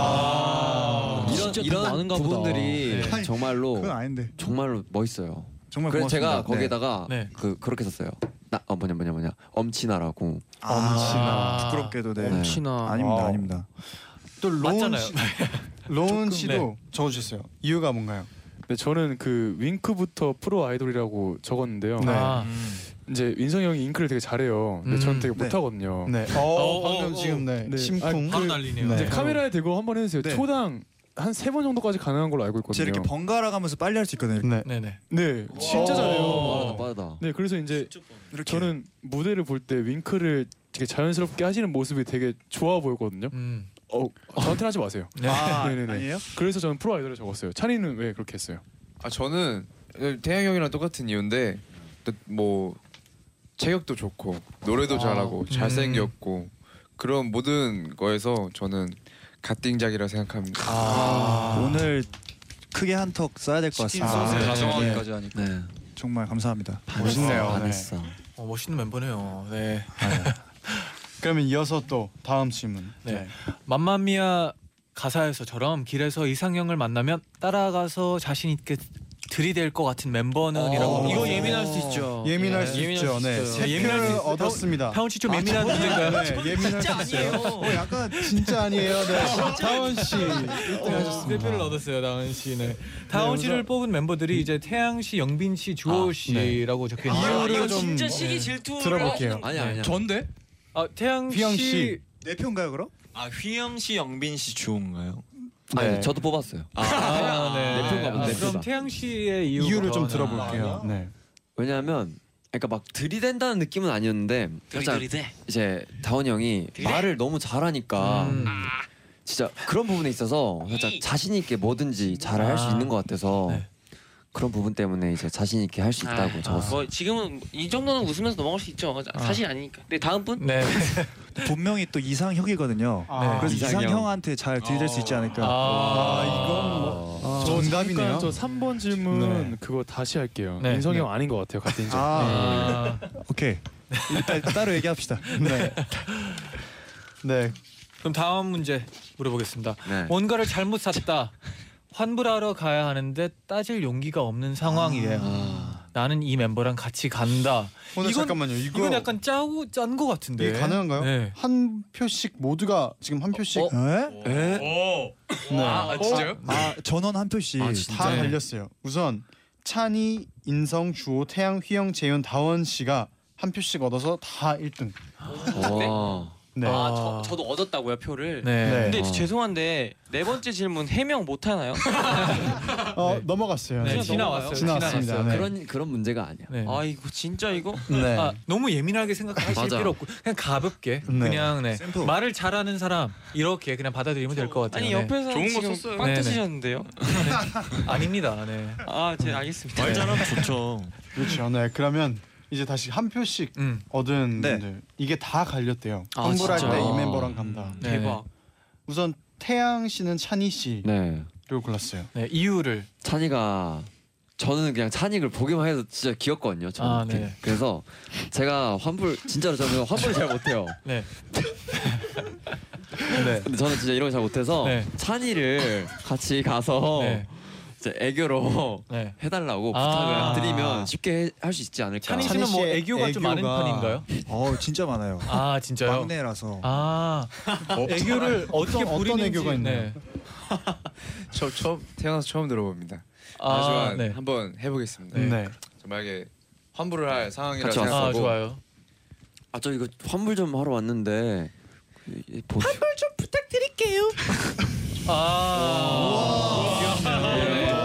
Speaker 13: 아,
Speaker 6: 아,
Speaker 13: 이런 이런 부분들이
Speaker 9: 네.
Speaker 13: 정말로
Speaker 9: 그건
Speaker 13: 정말로 멋있어요.
Speaker 9: 정말
Speaker 13: 그래서 제가
Speaker 9: 고맙습니다. 네.
Speaker 13: 거기에다가
Speaker 9: 네.
Speaker 13: 그 그렇게 썼어요. 나 어, 뭐냐 뭐냐 뭐냐 엄친아라고.
Speaker 6: 엄친아. 부끄럽게도, 네. 엄친아. 아닙니다, 아닙니다.
Speaker 2: 또 로운
Speaker 6: 맞잖아요.
Speaker 2: 씨, 네. 로운
Speaker 7: 조금,
Speaker 2: 씨도
Speaker 7: 네.
Speaker 2: 적어주셨어요. 이유가 뭔가요?
Speaker 7: 네, 저는 그 윙크부터 프로 아이돌이라고 적었는데요.
Speaker 2: 네. 아.
Speaker 7: 이제 인성이 형이 잉크를 되게 잘해요. 근데
Speaker 2: 음.
Speaker 7: 저는 되게
Speaker 2: 네.
Speaker 7: 못하거든요.
Speaker 2: 네. 어, 어, 방금 어, 지금, 네. 심쿵.
Speaker 7: 아,
Speaker 2: 바로
Speaker 7: 그,
Speaker 2: 날리네요.
Speaker 7: 이제
Speaker 2: 네.
Speaker 7: 카메라에 대고 한번 해주세요.
Speaker 6: 네.
Speaker 7: 초당 한 세 번 정도까지 가능한 걸로 알고
Speaker 6: 제
Speaker 7: 있거든요.
Speaker 6: 이렇게 번갈아 가면서 빨리 할 수 있거든요. 어.
Speaker 7: 네.
Speaker 4: 네네.
Speaker 7: 네, 진짜
Speaker 6: 오.
Speaker 13: 어,
Speaker 7: 잘해요.
Speaker 6: 빠르다, 빠르다.
Speaker 7: 네, 그래서 이제 저는 무대를 볼 때 윙크를 되게 자연스럽게 하시는 모습이 되게 좋아 보였거든요.
Speaker 6: 음.
Speaker 7: 어, 저한테 하지 마세요.
Speaker 11: 네. 아, 아니에요?
Speaker 7: 그래서 저는 프로 아이돌을 적었어요. 찬이는 왜 그렇게 했어요?
Speaker 11: 아 저는 태양 형이랑 똑같은 이유인데 또 뭐 체격도 좋고 노래도
Speaker 7: 아.
Speaker 11: 잘하고
Speaker 7: 음.
Speaker 11: 잘생겼고 그런 모든 거에서 저는 갓띵작이라 생각합니다.
Speaker 6: 아. 오늘 크게 한 턱 쏴야 될 것
Speaker 11: 치킨
Speaker 6: 같습니다.
Speaker 11: 소스
Speaker 4: 가져가기까지 하니까.
Speaker 6: 네. 아, 아, 정말 감사합니다. 네.
Speaker 2: 네.
Speaker 4: 어, 멋있는 멤버네요. 네.
Speaker 2: 그러면 이어서 또 다음 질문.
Speaker 4: 네. 맘마미아 가사에서처럼 길에서 이상형을 만나면 따라가서 자신 있게 들이댈 것 같은 멤버는이라고.
Speaker 2: 어.
Speaker 4: 이거 예민할 수 있죠.
Speaker 2: 예민할 수
Speaker 4: 예민할
Speaker 2: 있죠. 네.
Speaker 4: 있어요.
Speaker 2: 세
Speaker 4: 예민할 수
Speaker 2: 표를
Speaker 4: 있-
Speaker 2: 얻었습니다.
Speaker 4: 타운 씨좀
Speaker 2: 아,
Speaker 4: 예민한
Speaker 2: 저는-
Speaker 4: 분인가요?
Speaker 2: 네,
Speaker 4: 저는
Speaker 2: 예민할
Speaker 4: 진짜
Speaker 2: 수 있어요.
Speaker 4: 아니에요.
Speaker 2: 어, 약간 진짜 아니에요. 네. 다원 씨 1등 하셨습니다.
Speaker 4: 어,
Speaker 2: 네,
Speaker 4: 대표를 얻었어요, 다은 씨는. 네. 다은 씨를 뽑은
Speaker 2: 음.
Speaker 4: 멤버들이 이제 태양 씨, 영빈 씨, 주호 씨라고 적혀 있는
Speaker 2: 아, 이유를 이거 좀, 진짜 시기 네, 질투를 들어볼게요. 하시는
Speaker 10: 아니야, 아니야.
Speaker 4: 전데? 아, 태양
Speaker 10: 휘영
Speaker 4: 씨.
Speaker 10: 씨.
Speaker 6: 내네 표인가요, 그럼?
Speaker 10: 아 휘영 씨, 영빈 씨, 주호인가요?
Speaker 13: 아니,
Speaker 4: 네,
Speaker 13: 저도 뽑았어요.
Speaker 10: 아,
Speaker 13: 아,
Speaker 10: 네.
Speaker 13: 내 표인가 보다,
Speaker 10: 아,
Speaker 13: 내
Speaker 10: 그럼
Speaker 13: 표다.
Speaker 4: 태양 씨의 이유
Speaker 13: 이유를 좀
Speaker 4: 아,
Speaker 10: 들어볼게요.
Speaker 2: 네.
Speaker 13: 왜냐하면 그러니까 막 들이댄다는 느낌은 아니었는데 살짝
Speaker 5: 들이대.
Speaker 13: 이제 다원이 형이 말을 너무 잘하니까 진짜 그런 부분에 있어서 살짝 자신 있게 뭐든지 잘 할 수
Speaker 5: 아.
Speaker 13: 있는 것 같아서 그런 부분 때문에 이제 자신 있게 할 수 있다고
Speaker 5: 아,
Speaker 13: 적었어요.
Speaker 5: 뭐 지금은 이 정도는 웃으면서 넘어갈 수 있죠. 사실 아니니까. 네 다음 분.
Speaker 4: 네.
Speaker 6: 본명이 또 이상형이거든요.
Speaker 5: 아.
Speaker 6: 그래서
Speaker 5: 이상형.
Speaker 6: 이상형. 한테잘 들이댈 수 있지 않을까.
Speaker 7: 아, 이건 뭐
Speaker 6: 아,
Speaker 7: 저
Speaker 6: 정답이네요.
Speaker 7: 잠깐 저 3번 질문
Speaker 6: 네.
Speaker 7: 그거 다시 할게요.
Speaker 6: 네.
Speaker 7: 인성이
Speaker 6: 네.
Speaker 7: 형 아닌 것 같아요. 같은 인성. 네.
Speaker 6: 아. 오케이. 일단 따로 얘기합시다.
Speaker 2: 네. 네.
Speaker 4: 그럼 다음 문제 물어보겠습니다.
Speaker 13: 네.
Speaker 4: 뭔가를 잘못 샀다. 환불하러 가야 하는데 따질 용기가 없는 상황이에요. 나는 이 멤버랑 같이 간다.
Speaker 2: 아. 오늘 잠깐만요. 이거-
Speaker 4: 건 약간 짜고 짠 거 같은데.
Speaker 2: 이게 가능한가요?
Speaker 4: 네.
Speaker 2: 한 표씩 모두가 지금 한 표씩. 에? 네.
Speaker 6: 아, 진짜요? 아, 전원 한 표씩.
Speaker 2: 아, 진짜? 다 달렸어요. 우선 찬이, 인성, 주호, 태양, 휘영, 재윤, 다원 씨가 한 표씩 얻어서 다 1등. 네.
Speaker 5: 아, 저, 저도 얻었다고요 표를.
Speaker 2: 네. 네.
Speaker 5: 근데
Speaker 2: 어.
Speaker 5: 죄송한데 네 번째 질문 해명 못 하나요?
Speaker 2: 어, 넘어갔어요.
Speaker 5: 네,
Speaker 2: 네.
Speaker 5: 지나왔어요.
Speaker 2: 지나왔습니다. 네.
Speaker 13: 그런 그런 문제가 아니야.
Speaker 5: 아 이거 진짜 이거.
Speaker 2: 네.
Speaker 4: 아, 너무 예민하게 생각하실
Speaker 13: 맞아.
Speaker 4: 필요 없고 그냥 가볍게
Speaker 13: 네.
Speaker 4: 그냥 네.
Speaker 13: 샘플.
Speaker 4: 말을 잘하는 사람 이렇게 그냥 받아들이면 될 것 같아요.
Speaker 5: 아니
Speaker 4: 네.
Speaker 5: 옆에서 지금 빵
Speaker 4: 네, 네.
Speaker 5: 터지셨는데요.
Speaker 4: 아닙니다. 네.
Speaker 5: 아, 제 알겠습니다.
Speaker 4: 말 잘하면
Speaker 6: 네.
Speaker 2: 좋죠. 그렇죠. 네. 그러면 이제 다시 한 표씩
Speaker 6: 음.
Speaker 2: 얻은 분들 이게 다 갈렸대요.
Speaker 13: 아,
Speaker 2: 환불할
Speaker 13: 진짜요?
Speaker 2: 때 이 멤버랑 간다.
Speaker 6: 음.
Speaker 13: 네. 대박.
Speaker 2: 우선 태양 씨는 찬이 씨를
Speaker 13: 네.
Speaker 2: 골랐어요.
Speaker 4: 네, 이유를
Speaker 13: 찬이가 저는 그냥 찬이를 보기만 해도 진짜 귀엽거든요. 저는
Speaker 4: 아, 네.
Speaker 13: 그래서 제가 환불 진짜로 저는 환불 잘 못해요.
Speaker 4: 네.
Speaker 13: 근데 저는 진짜 이런 거 잘 못해서
Speaker 4: 네.
Speaker 13: 찬이를 같이 가서
Speaker 4: 네.
Speaker 13: 이제 애교로
Speaker 4: 네.
Speaker 13: 해달라고
Speaker 4: 아.
Speaker 13: 부탁을 드리면 쉽게 할 수 있지 않을까.
Speaker 4: 찬이 씨는 뭐 애교가 좀 많은 편인가요?
Speaker 6: 어, 진짜 많아요.
Speaker 4: 아 진짜요?
Speaker 6: 막내라서.
Speaker 4: 아
Speaker 11: 어,
Speaker 4: 애교를 어떻게
Speaker 6: 어떤- 어떤
Speaker 4: 부리는지
Speaker 6: 애교가 있나요?
Speaker 4: 네.
Speaker 11: 저 처음 태어나서 처음 들어봅니다.
Speaker 4: 아,
Speaker 11: 하지만
Speaker 4: 네.
Speaker 11: 한번 해보겠습니다.
Speaker 4: 네.
Speaker 11: 저 만약에 환불을 할 상황이라
Speaker 4: 아,
Speaker 13: 같이 왔어요.
Speaker 11: 생각하고
Speaker 13: 아저 이거 환불 좀 하러 왔는데 보
Speaker 5: 한걸 좀 부탁드릴게요.
Speaker 4: 아. 예.
Speaker 3: 아,
Speaker 4: 아,
Speaker 5: 귀엽네요.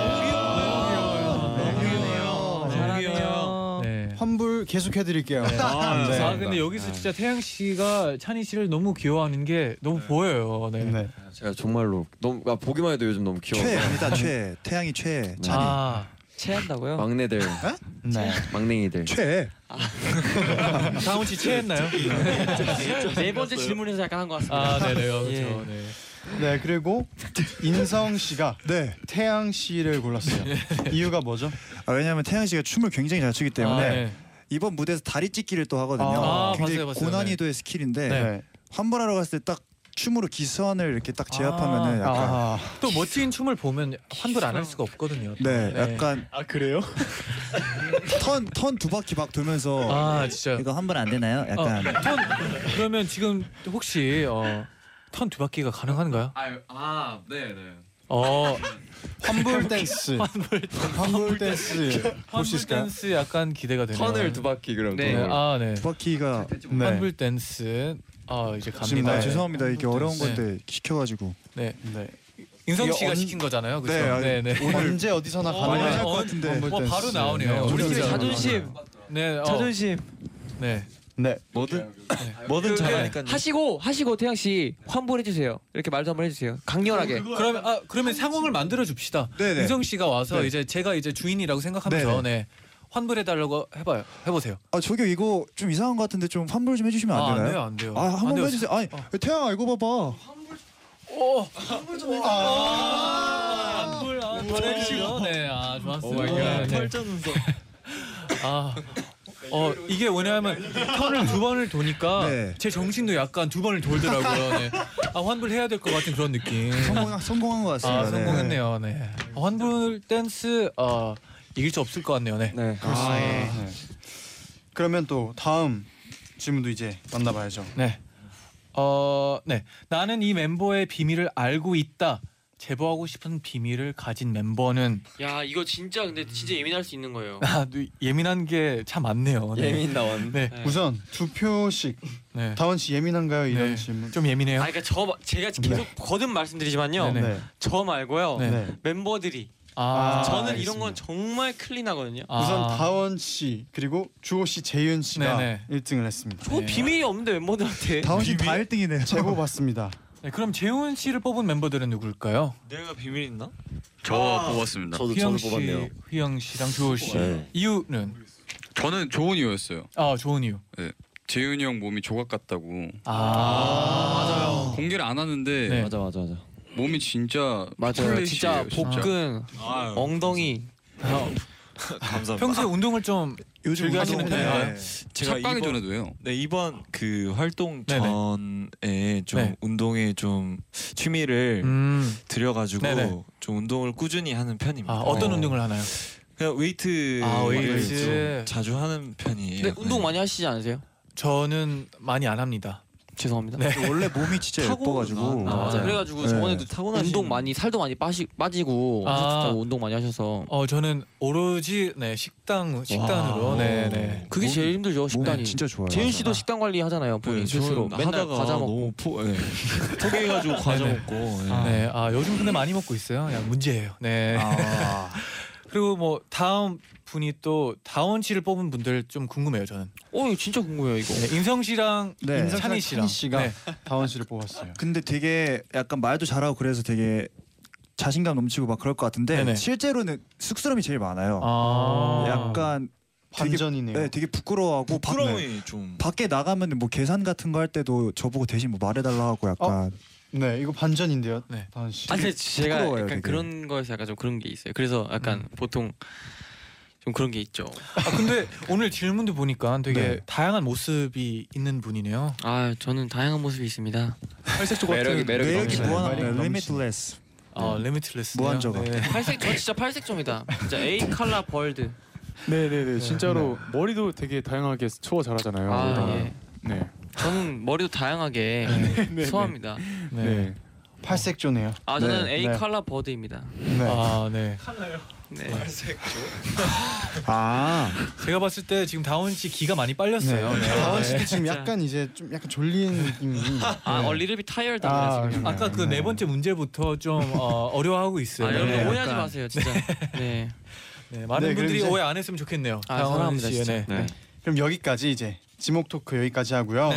Speaker 5: 귀엽네요. 귀엽네요.
Speaker 4: 네.
Speaker 2: 환불 계속 해드릴게요.
Speaker 4: 아,
Speaker 2: 네.
Speaker 4: 아, 근데 여기서 진짜 태양 씨가 찬이 씨를 너무 귀여워하는 게 너무 보여요. 네.
Speaker 13: 제가 정말로 너무 아, 보기만 해도 요즘 너무 귀여워.
Speaker 6: 최입니다. 최. 네, 태양이 최. 찬이.
Speaker 4: 아,
Speaker 5: 체한다고요?
Speaker 13: 막내들.
Speaker 6: 네.
Speaker 13: 막냉이들.
Speaker 6: 최.
Speaker 4: 다운 씨 체했나요?
Speaker 5: 네 번째 질문에서 약간 한 것 같습니다.
Speaker 4: 아, 네네, 그렇죠.
Speaker 5: 예.
Speaker 4: 네.
Speaker 2: 네 그리고 인성 씨가 태양 씨를 골랐어요. 이유가 뭐죠?
Speaker 6: 네. 아, 왜냐하면 태양 씨가 춤을 굉장히 잘 추기 때문에
Speaker 2: 아, 네.
Speaker 6: 이번 무대에서 다리 찢기를 또 하거든요.
Speaker 2: 아,
Speaker 6: 굉장히
Speaker 2: 봤어요, 봤어요.
Speaker 6: 고난이도의 스킬인데
Speaker 2: 네.
Speaker 6: 환불하러 갔을 때 딱 춤으로 기선을 이렇게 딱 제압하면은
Speaker 4: 아,
Speaker 6: 약간
Speaker 4: 또 멋진 춤을 보면 환불 안 할 수가 없거든요. 또.
Speaker 6: 네, 약간
Speaker 4: 아 그래요?
Speaker 6: 턴턴 두 바퀴 막 돌면서
Speaker 4: 아 진짜
Speaker 6: 어. 이거 환불 안 되나요? 약간
Speaker 4: 어, 턴 그러면 지금 혹시 어, 턴 두 바퀴가 가능한가요?
Speaker 13: 아, 아, 네, 네.
Speaker 4: 어
Speaker 2: 환불 댄스.
Speaker 4: 환불
Speaker 2: 환불 댄스.
Speaker 4: 환불 댄스 약간 기대가 되네요.
Speaker 13: 턴을 두 바퀴 그럼.
Speaker 4: 네.
Speaker 13: 턴을.
Speaker 4: 아 네.
Speaker 6: 두 바퀴가 네.
Speaker 4: 환불 댄스. 아 이제 갑니다.
Speaker 6: 좋습니다. 죄송합니다. 이게 어려운 건데 시켜가지고.
Speaker 4: 네. 네. 인성 씨가 시킨 거잖아요. 그죠?
Speaker 6: 네, 아, 오늘
Speaker 2: 언제 어디서나
Speaker 4: 어,
Speaker 2: 가능할
Speaker 4: 어,
Speaker 2: 것 같은데.
Speaker 4: 어, 뭐 바로 나오네요.
Speaker 2: 우리끼리
Speaker 4: 진짜.
Speaker 2: 자존심.
Speaker 4: 네. 어.
Speaker 5: 자존심.
Speaker 4: 네.
Speaker 2: 네.
Speaker 10: 뭐든
Speaker 5: 그,
Speaker 10: 뭐든
Speaker 5: 그,
Speaker 10: 잘하니까요.
Speaker 5: 하시고 하시고 태양 씨 환불해 주세요. 이렇게 말도 한번 해주세요. 강렬하게.
Speaker 4: 그러면 아 그러면 상황을 만들어 줍시다.
Speaker 5: 네. 네네.
Speaker 4: 인성 씨가 와서
Speaker 5: 네.
Speaker 4: 이제 제가 이제 주인이라고 생각하면서 네. 환불해 달라고 해봐요. 해보세요.
Speaker 6: 아 저기 이거 좀 이상한 것 같은데 좀 환불 좀 해주시면
Speaker 4: 아,
Speaker 6: 안
Speaker 4: 안
Speaker 6: 되나요?
Speaker 4: 돼요, 안 돼요.
Speaker 6: 아,
Speaker 4: 안
Speaker 6: 한번
Speaker 4: 돼요. 어.
Speaker 6: 해주세요. 아니 태양아 이거 봐봐.
Speaker 4: 오.
Speaker 6: 아.
Speaker 4: 환불
Speaker 3: 어,
Speaker 4: 아, 보내주시고 네아 좋았어요.
Speaker 6: 오마이갓.
Speaker 4: 네.
Speaker 6: 눈썹.
Speaker 4: 아. 어 이게 왜냐하면 턴을 두 번을 도니까 제 정신도 약간 두 번을 돌더라고요. 네. 아 환불해야 될 것 같은 그런 느낌.
Speaker 6: 성공 성공한 것 같습니다.
Speaker 4: 아 성공했네요. 네. 아, 환불 댄스 어 이길 수 없을 것 같네요. 네.
Speaker 13: 네.
Speaker 4: 아, 예.
Speaker 2: 그러면 또 다음 질문도 이제 만나봐야죠.
Speaker 4: 네. 어, 네. 나는 이 멤버의 비밀을 알고 있다. 제보하고 싶은 비밀을 가진 멤버는
Speaker 5: 야 이거 진짜 근데 진짜 예민할 수 있는 거예요.
Speaker 4: 아, 또 예민한 게 참 많네요.
Speaker 5: 예민다원.
Speaker 4: 네.
Speaker 5: 네.
Speaker 2: 우선 두 표씩.
Speaker 4: 네.
Speaker 2: 다원 씨 예민한가요 이런
Speaker 4: 네.
Speaker 2: 질문.
Speaker 4: 좀 예민해요.
Speaker 5: 아, 그러니까 저 마- 제가 계속 거듭 말씀드리지만요.
Speaker 2: 네네.
Speaker 5: 저 말고요.
Speaker 2: 네.
Speaker 5: 멤버들이
Speaker 4: 아,
Speaker 5: 저는
Speaker 2: 알겠습니다. 아.
Speaker 5: 이런 건 정말 클린하거든요.
Speaker 2: 우선 다원 씨 그리고 주호 씨, 재윤 씨가
Speaker 5: 네네. 네.
Speaker 2: 1등을 했습니다.
Speaker 5: 저 비밀이 없는데 멤버들한테
Speaker 2: 다 1등이네요. 제보 봤습니다.
Speaker 4: 네, 그럼 재훈 씨를 뽑은 멤버들은 누굴까요?
Speaker 10: 내가 비밀 있나?
Speaker 15: 저
Speaker 13: 아,
Speaker 15: 뽑았습니다.
Speaker 4: 휘영 씨, 휘영 씨랑 주호 씨.
Speaker 15: 네.
Speaker 4: 이유는
Speaker 15: 저는 좋은 이유였어요.
Speaker 4: 아 좋은 이유.
Speaker 15: 네. 재윤이 형 몸이 조각 같다고.
Speaker 4: 아,
Speaker 15: 공개를 안 하는데
Speaker 4: 네.
Speaker 13: 맞아 맞아 맞아.
Speaker 15: 몸이 진짜
Speaker 13: 맞아요. 진짜
Speaker 15: 초콜릿이에요,
Speaker 13: 복근,
Speaker 15: 아유.
Speaker 13: 엉덩이.
Speaker 10: 감사합니다. 아,
Speaker 4: 평소에 운동을 좀
Speaker 10: 요즘
Speaker 4: 즐겨 하시는
Speaker 10: 운동을
Speaker 4: 편이에요?
Speaker 10: 해요. 네. 제가 이번-
Speaker 15: 착방에 네. 전에도 해요.
Speaker 10: 네 이번 그 활동
Speaker 15: 네네.
Speaker 10: 전에 좀
Speaker 15: 네.
Speaker 10: 운동에 좀 취미를
Speaker 4: 음.
Speaker 10: 들여가지고
Speaker 4: 네네.
Speaker 10: 좀 운동을 꾸준히 하는 편입니다.
Speaker 4: 아, 어떤
Speaker 10: 네.
Speaker 4: 운동을 하나요?
Speaker 10: 그냥 웨이트
Speaker 4: 아,
Speaker 10: 좀
Speaker 4: 웨이트.
Speaker 10: 자주 하는 편이에요. 네.
Speaker 5: 근데 운동 많이 하시지 않으세요?
Speaker 4: 저는 많이 안 합니다. 네.
Speaker 5: 죄송합니다.
Speaker 6: 네. 원래 몸이 진짜 예뻐가지고.
Speaker 5: 아, 맞아. 그래가지고
Speaker 6: 네.
Speaker 5: 저번에도 운동 많이 살도 많이 빠시, 빠지고
Speaker 4: 아.
Speaker 5: 아. 운동 많이 하셔서
Speaker 4: 어 저는 오로지 네 식당 식단으로 네네
Speaker 5: 그게 제일 힘들죠 식단이 재윤 씨도
Speaker 4: 맞아.
Speaker 5: 식단 관리 하잖아요 본인
Speaker 10: 네,
Speaker 5: 스스로
Speaker 10: 저는
Speaker 5: 맨날
Speaker 10: 하다가
Speaker 5: 과자 먹고
Speaker 10: 너무 포, 네. 토해가지고 과자
Speaker 4: 네네.
Speaker 10: 먹고.
Speaker 5: 예.
Speaker 4: 아,
Speaker 10: 네.
Speaker 4: 네. 아 요즘 근데 많이 먹고 있어요. 야 문제예요. 네.
Speaker 5: 아.
Speaker 4: 그리고 뭐 다음 분이 또 다원 씨를 뽑은 분들 좀 궁금해요. 저는.
Speaker 5: 어 이거 진짜 궁금해요 이거.
Speaker 4: 네, 인성 씨랑
Speaker 6: 네. 인성 씨랑
Speaker 4: 찬이 씨랑
Speaker 6: 찬이 씨가
Speaker 4: 네.
Speaker 2: 다원 씨를 뽑았어요.
Speaker 6: 근데 되게 약간 말도 잘하고 그래서 되게 자신감 넘치고 막 그럴 것 같은데
Speaker 2: 네네.
Speaker 6: 실제로는 쑥스러움이 제일 많아요.
Speaker 2: 아.
Speaker 6: 약간 되게-
Speaker 2: 반전이네요.
Speaker 6: 네, 되게 부끄러워하고 밖- 네.
Speaker 10: 부끄러움이 좀.
Speaker 6: 밖에 나가면 뭐 계산 같은 거 할 때도 저보고 대신 뭐 말해달라 하고 약간
Speaker 2: 아, 네 이거 반전인데요. 다원 씨.
Speaker 5: 아, 근데 제가
Speaker 6: 부끄러워요,
Speaker 5: 약간
Speaker 6: 되게.
Speaker 5: 그런 거에서 약간 좀 그런 게 있어요. 그래서 약간 보통 좀 그런 게 있죠.
Speaker 4: 아 근데 오늘 질문도 보니까 되게
Speaker 6: 네.
Speaker 5: 네.
Speaker 4: 다양한 모습이 있는 분이네요.
Speaker 5: 아 저는 다양한 모습이 있습니다.
Speaker 4: 팔색 조각
Speaker 5: 매력이- 매력이 매력이 넘치네.
Speaker 6: 무한합니다. limitless.
Speaker 4: 아 네. 리미틀레스.
Speaker 6: 무한정화.
Speaker 5: 팔색 저 진짜 팔색점이다. 진짜 A 컬러 벌드.
Speaker 7: 네네네. 진짜로 머리도 되게 다양하게 초워 잘하잖아요.
Speaker 5: 아,
Speaker 7: 우리가.
Speaker 5: 예.
Speaker 7: 네.
Speaker 5: 저는 머리도 다양하게
Speaker 7: 네,
Speaker 5: 소화합니다.
Speaker 7: 네.
Speaker 2: 팔색조네요.
Speaker 5: 아 저는
Speaker 2: 네.
Speaker 5: A
Speaker 2: 네.
Speaker 5: 컬러 버드입니다.
Speaker 2: 네.
Speaker 4: 아 네.
Speaker 5: 네.
Speaker 6: 아
Speaker 4: 제가 봤을 때 지금 다원 씨 기가 많이 빨렸어요. 네.
Speaker 2: 다원 씨도
Speaker 4: 네.
Speaker 2: 지금 약간 이제 좀 약간 졸린 느낌이.
Speaker 5: 아
Speaker 2: 네.
Speaker 5: a little bit tired.
Speaker 2: 아,
Speaker 5: 아, 지금.
Speaker 4: 아까 그 네 번째 문제부터 좀 어, 어려워하고 있어요.
Speaker 5: 아, 여러분 오해하지 마세요, 진짜. 네.
Speaker 4: 네, 많은
Speaker 2: 네, 그럼
Speaker 4: 분들이
Speaker 2: 이제-
Speaker 4: 오해 안 했으면 좋겠네요.
Speaker 2: 아,
Speaker 4: 다음
Speaker 2: 사랑합니다,
Speaker 4: 씨의,
Speaker 2: 진짜. 네. 그럼 여기까지 이제 지목 토크 여기까지 하고요.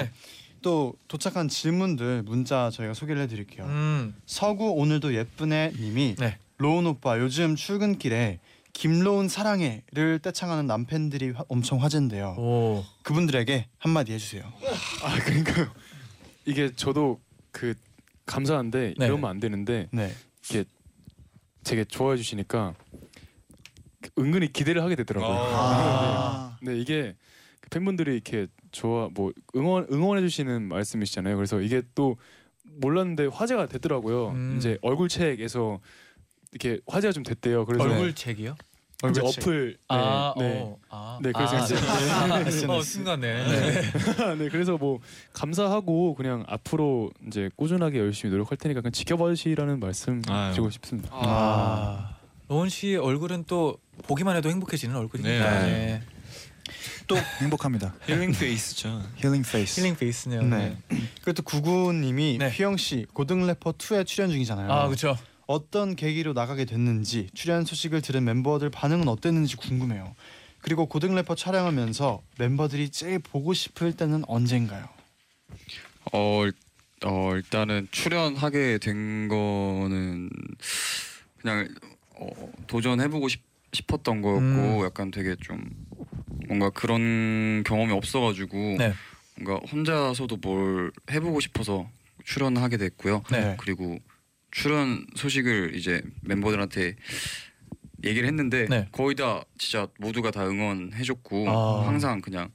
Speaker 2: 또 도착한 질문들 문자 저희가 소개를 해드릴게요.
Speaker 4: 음.
Speaker 2: 서구 오늘도 예쁜애 님이 로운 오빠 요즘 출근길에 김로운 사랑해를 떼창하는 남팬들이 화- 엄청 화제인데요. 그분들에게 한마디 해주세요.
Speaker 7: 아 그러니까요. 이게 저도 그 감사한데
Speaker 2: 네.
Speaker 7: 이러면 안 되는데
Speaker 2: 네.
Speaker 7: 이게 되게 좋아해 주시니까 은근히 기대를 하게 되더라고요.
Speaker 14: 아.
Speaker 7: 네, 네, 이게 그 팬분들이 이렇게 좋아 뭐 응원 응원해 주시는 말씀이시잖아요. 그래서 이게 또 몰랐는데 화제가 됐더라고요.
Speaker 4: 음.
Speaker 7: 이제 얼굴 책에서 이렇게 화제가 좀 됐대요. 그래서 네.
Speaker 4: 얼굴 책이요?
Speaker 7: 이제
Speaker 4: 얼굴 책.
Speaker 7: 어플 네,
Speaker 4: 아,
Speaker 7: 네.
Speaker 4: 어, 아.
Speaker 7: 네, 그래서
Speaker 4: 아,
Speaker 7: 이제
Speaker 4: 아, 어, 순간에.
Speaker 7: 네. 네, 그래서 뭐 감사하고 그냥 앞으로 이제 꾸준하게 열심히 노력할 테니까 그냥 지켜봐 주시라는 말씀 드리고 싶습니다.
Speaker 2: 아.
Speaker 4: 아. 로운 씨의 얼굴은 또 보기만 해도 행복해지는 얼굴입니다.
Speaker 7: 네.
Speaker 2: 또
Speaker 16: 행복합니다.
Speaker 10: 힐링 페이스죠.
Speaker 16: 힐링 페이스.
Speaker 4: 힐링 페이스네요.
Speaker 2: 네. 그리고 또 구구님이 휘영 씨 고등 래퍼 2에 출연 중이잖아요.
Speaker 4: 아, 그쵸.
Speaker 2: 어떤 계기로 나가게 됐는지 출연 소식을 들은 멤버들 반응은 어땠는지 궁금해요. 그리고 고등 래퍼 촬영하면서 멤버들이 제일 보고 싶을 때는 언젠가요?
Speaker 15: 어, 일- 어 일단은 출연하게 된 거는 그냥 어, 도전해보고 싶, 었던 거였고
Speaker 4: 음.
Speaker 15: 약간 되게 좀 뭔가 그런 경험이 없어가지고
Speaker 4: 네.
Speaker 15: 뭔가 혼자서도 뭘 해보고 싶어서 출연하게 됐고요.
Speaker 4: 네.
Speaker 15: 그리고 출연 소식을 이제 멤버들한테 얘기를 했는데
Speaker 4: 네.
Speaker 15: 거의 다 진짜 모두가 다 응원해줬고
Speaker 4: 아.
Speaker 15: 항상 그냥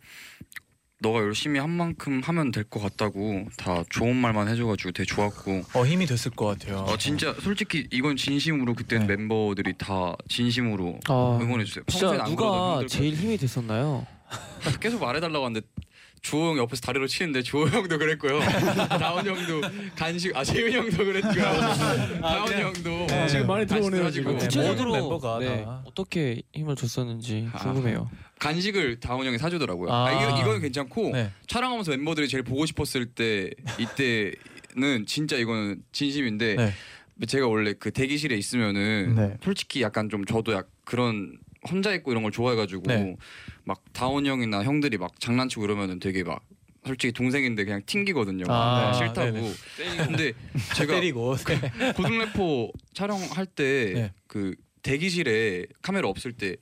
Speaker 15: 너가 열심히 한 만큼 하면 될 것 같다고 다 좋은 말만 해줘가지고 되게 좋았고
Speaker 4: 어, 힘이 됐을 것 같아요.
Speaker 15: 어 진짜 솔직히 이건 진심으로 그때 멤버들이 다 진심으로
Speaker 5: 네. 아,
Speaker 15: 응원해주세요. 평소엔
Speaker 5: 진짜
Speaker 15: 안 그러다
Speaker 5: 누가
Speaker 15: 힘들
Speaker 5: 제일 힘이 됐었나요?
Speaker 15: 거예요. 계속 말해달라고 하는데 주호 형 옆에서 다리로 치는데 주호 형도 그랬고요. 다운 형도 간식 아 재윤 형도 그랬고요. 다운 형도 네. 간식 사주고.
Speaker 5: 아, 네. 구체적으로
Speaker 15: 모든
Speaker 5: 네, 어떻게 힘을 줬었는지
Speaker 15: 아.
Speaker 5: 궁금해요.
Speaker 15: 간식을 다운 형이 사주더라고요.
Speaker 5: 아.
Speaker 15: 아, 이거 이건 괜찮고
Speaker 5: 네.
Speaker 15: 촬영하면서 멤버들이 제일 보고 싶었을 때 이때는 진짜 이거는 진심인데
Speaker 4: 네.
Speaker 15: 제가 원래 그 대기실에 있으면은
Speaker 2: 네.
Speaker 15: 솔직히 약간 좀 저도 약 그런 혼자 있고 이런 걸 좋아해가지고
Speaker 4: 네.
Speaker 15: 막 다운 형이나 형들이 막 장난치고 이러면은 되게 막 솔직히 동생인데 그냥 튕기거든요.
Speaker 4: 아,
Speaker 15: 막
Speaker 4: 네.
Speaker 15: 싫다고.
Speaker 4: 네네.
Speaker 15: 근데 제가 그
Speaker 4: 때리고. 네.
Speaker 15: 고등래퍼 촬영할 때
Speaker 4: 네.
Speaker 15: 그 대기실에 카메라 없을 때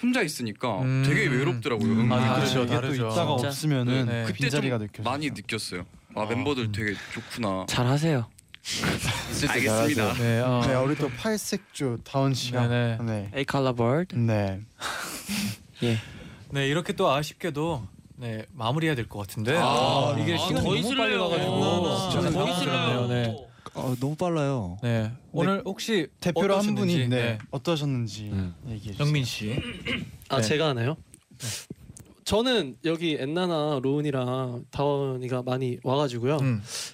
Speaker 15: 혼자 있으니까
Speaker 4: 음.
Speaker 15: 되게 외롭더라고요.
Speaker 4: 음,
Speaker 15: 은근히.
Speaker 4: 아, 다르죠,
Speaker 15: 이게 또
Speaker 4: 다르죠.
Speaker 15: 있다가
Speaker 4: 진짜.
Speaker 2: 없으면은 그
Speaker 15: 그때 좀
Speaker 2: 빈자리가 느껴져요.
Speaker 15: 많이 느꼈어요. 아, 멤버들 되게 좋구나.
Speaker 5: 어. 잘하세요.
Speaker 15: 때 알겠습니다. 잘하세요.
Speaker 2: 네,
Speaker 15: 네, 어.
Speaker 2: 우리 또 팔색조 다운 씨가 네,
Speaker 5: A color bird.
Speaker 2: 네.
Speaker 5: 예.
Speaker 4: 네, 이렇게 또 아쉽게도 네, 마무리해야 될 것 같은데.
Speaker 5: 아,
Speaker 4: 이게
Speaker 5: 아,
Speaker 4: 시간이
Speaker 5: 더
Speaker 4: 너무
Speaker 5: 있을래요.
Speaker 4: 빨리 가가지고
Speaker 5: 어,
Speaker 4: 진짜
Speaker 5: 더 있을래요.
Speaker 4: 당황스럽네요. 네.
Speaker 16: 어, 너무 빨라요.
Speaker 4: 네. 오늘 혹시
Speaker 2: 대표로 한
Speaker 4: 어떠셨는지,
Speaker 2: 분이 네,
Speaker 4: 네.
Speaker 2: 어떠셨는지 얘기해 주세요.
Speaker 4: 영민 씨.
Speaker 1: 아
Speaker 4: 네.
Speaker 1: 제가 하나요? 저는 여기 엔나나 로운이랑 다원이가 많이 와가지고요.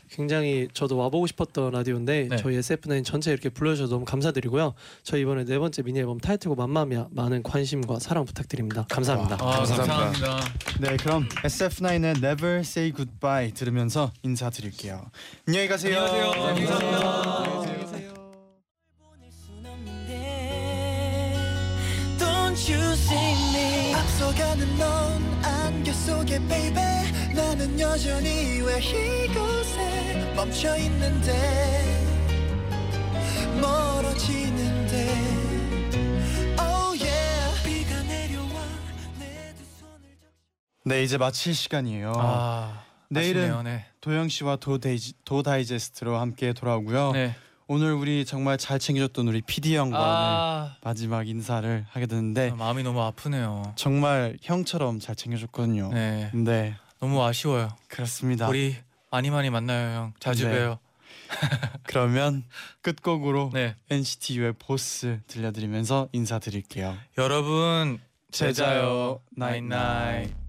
Speaker 1: 굉장히 저도 와보고 싶었던 라디오인데 저희 SF9 전체 이렇게 불러주셔서 너무 감사드리고요. 저희 이번에 네 번째 미니 앨범 타이틀곡 맘마미아 많은 관심과 사랑 부탁드립니다. 감사합니다.
Speaker 2: 와, 아,
Speaker 4: 아.
Speaker 2: 네, 그럼 SF9의 Never Say Goodbye 들으면서 인사드릴게요. 안녕히 가세요. 아,
Speaker 3: 안녕히 가세요. Don't you see me 앞서가는 넌 안개 속에 baby 나는 여전히 왜 이곳에 멈춰 있는데 멀어지는데 Oh yeah 비가 내려와
Speaker 2: 네, 이제 마칠 시간이에요.
Speaker 4: 아,
Speaker 2: 내일은
Speaker 4: 아쉽네요, 네.
Speaker 2: 도영 씨와 도, 데이지, 도 다이제스트로 함께 돌아오고요. 오늘 우리 정말 잘 챙겨줬던 우리 PD 형과
Speaker 4: 네.
Speaker 1: 네.
Speaker 4: 아.
Speaker 2: 오늘 마지막 인사를 하게 됐는데
Speaker 4: 마음이 너무 아프네요.
Speaker 2: 정말 형처럼 잘 챙겨줬거든요.
Speaker 4: 네.
Speaker 2: 네.
Speaker 4: 너무 아쉬워요.
Speaker 2: 그렇습니다.
Speaker 4: 우리 많이 많이 만나요, 형. 자주
Speaker 2: 네.
Speaker 4: 봬요.
Speaker 2: 그러면 끝곡으로
Speaker 4: 네.
Speaker 2: NCT U의 보스 들려드리면서 인사드릴게요.
Speaker 4: 여러분
Speaker 2: 제자요.
Speaker 4: 나잇나잇.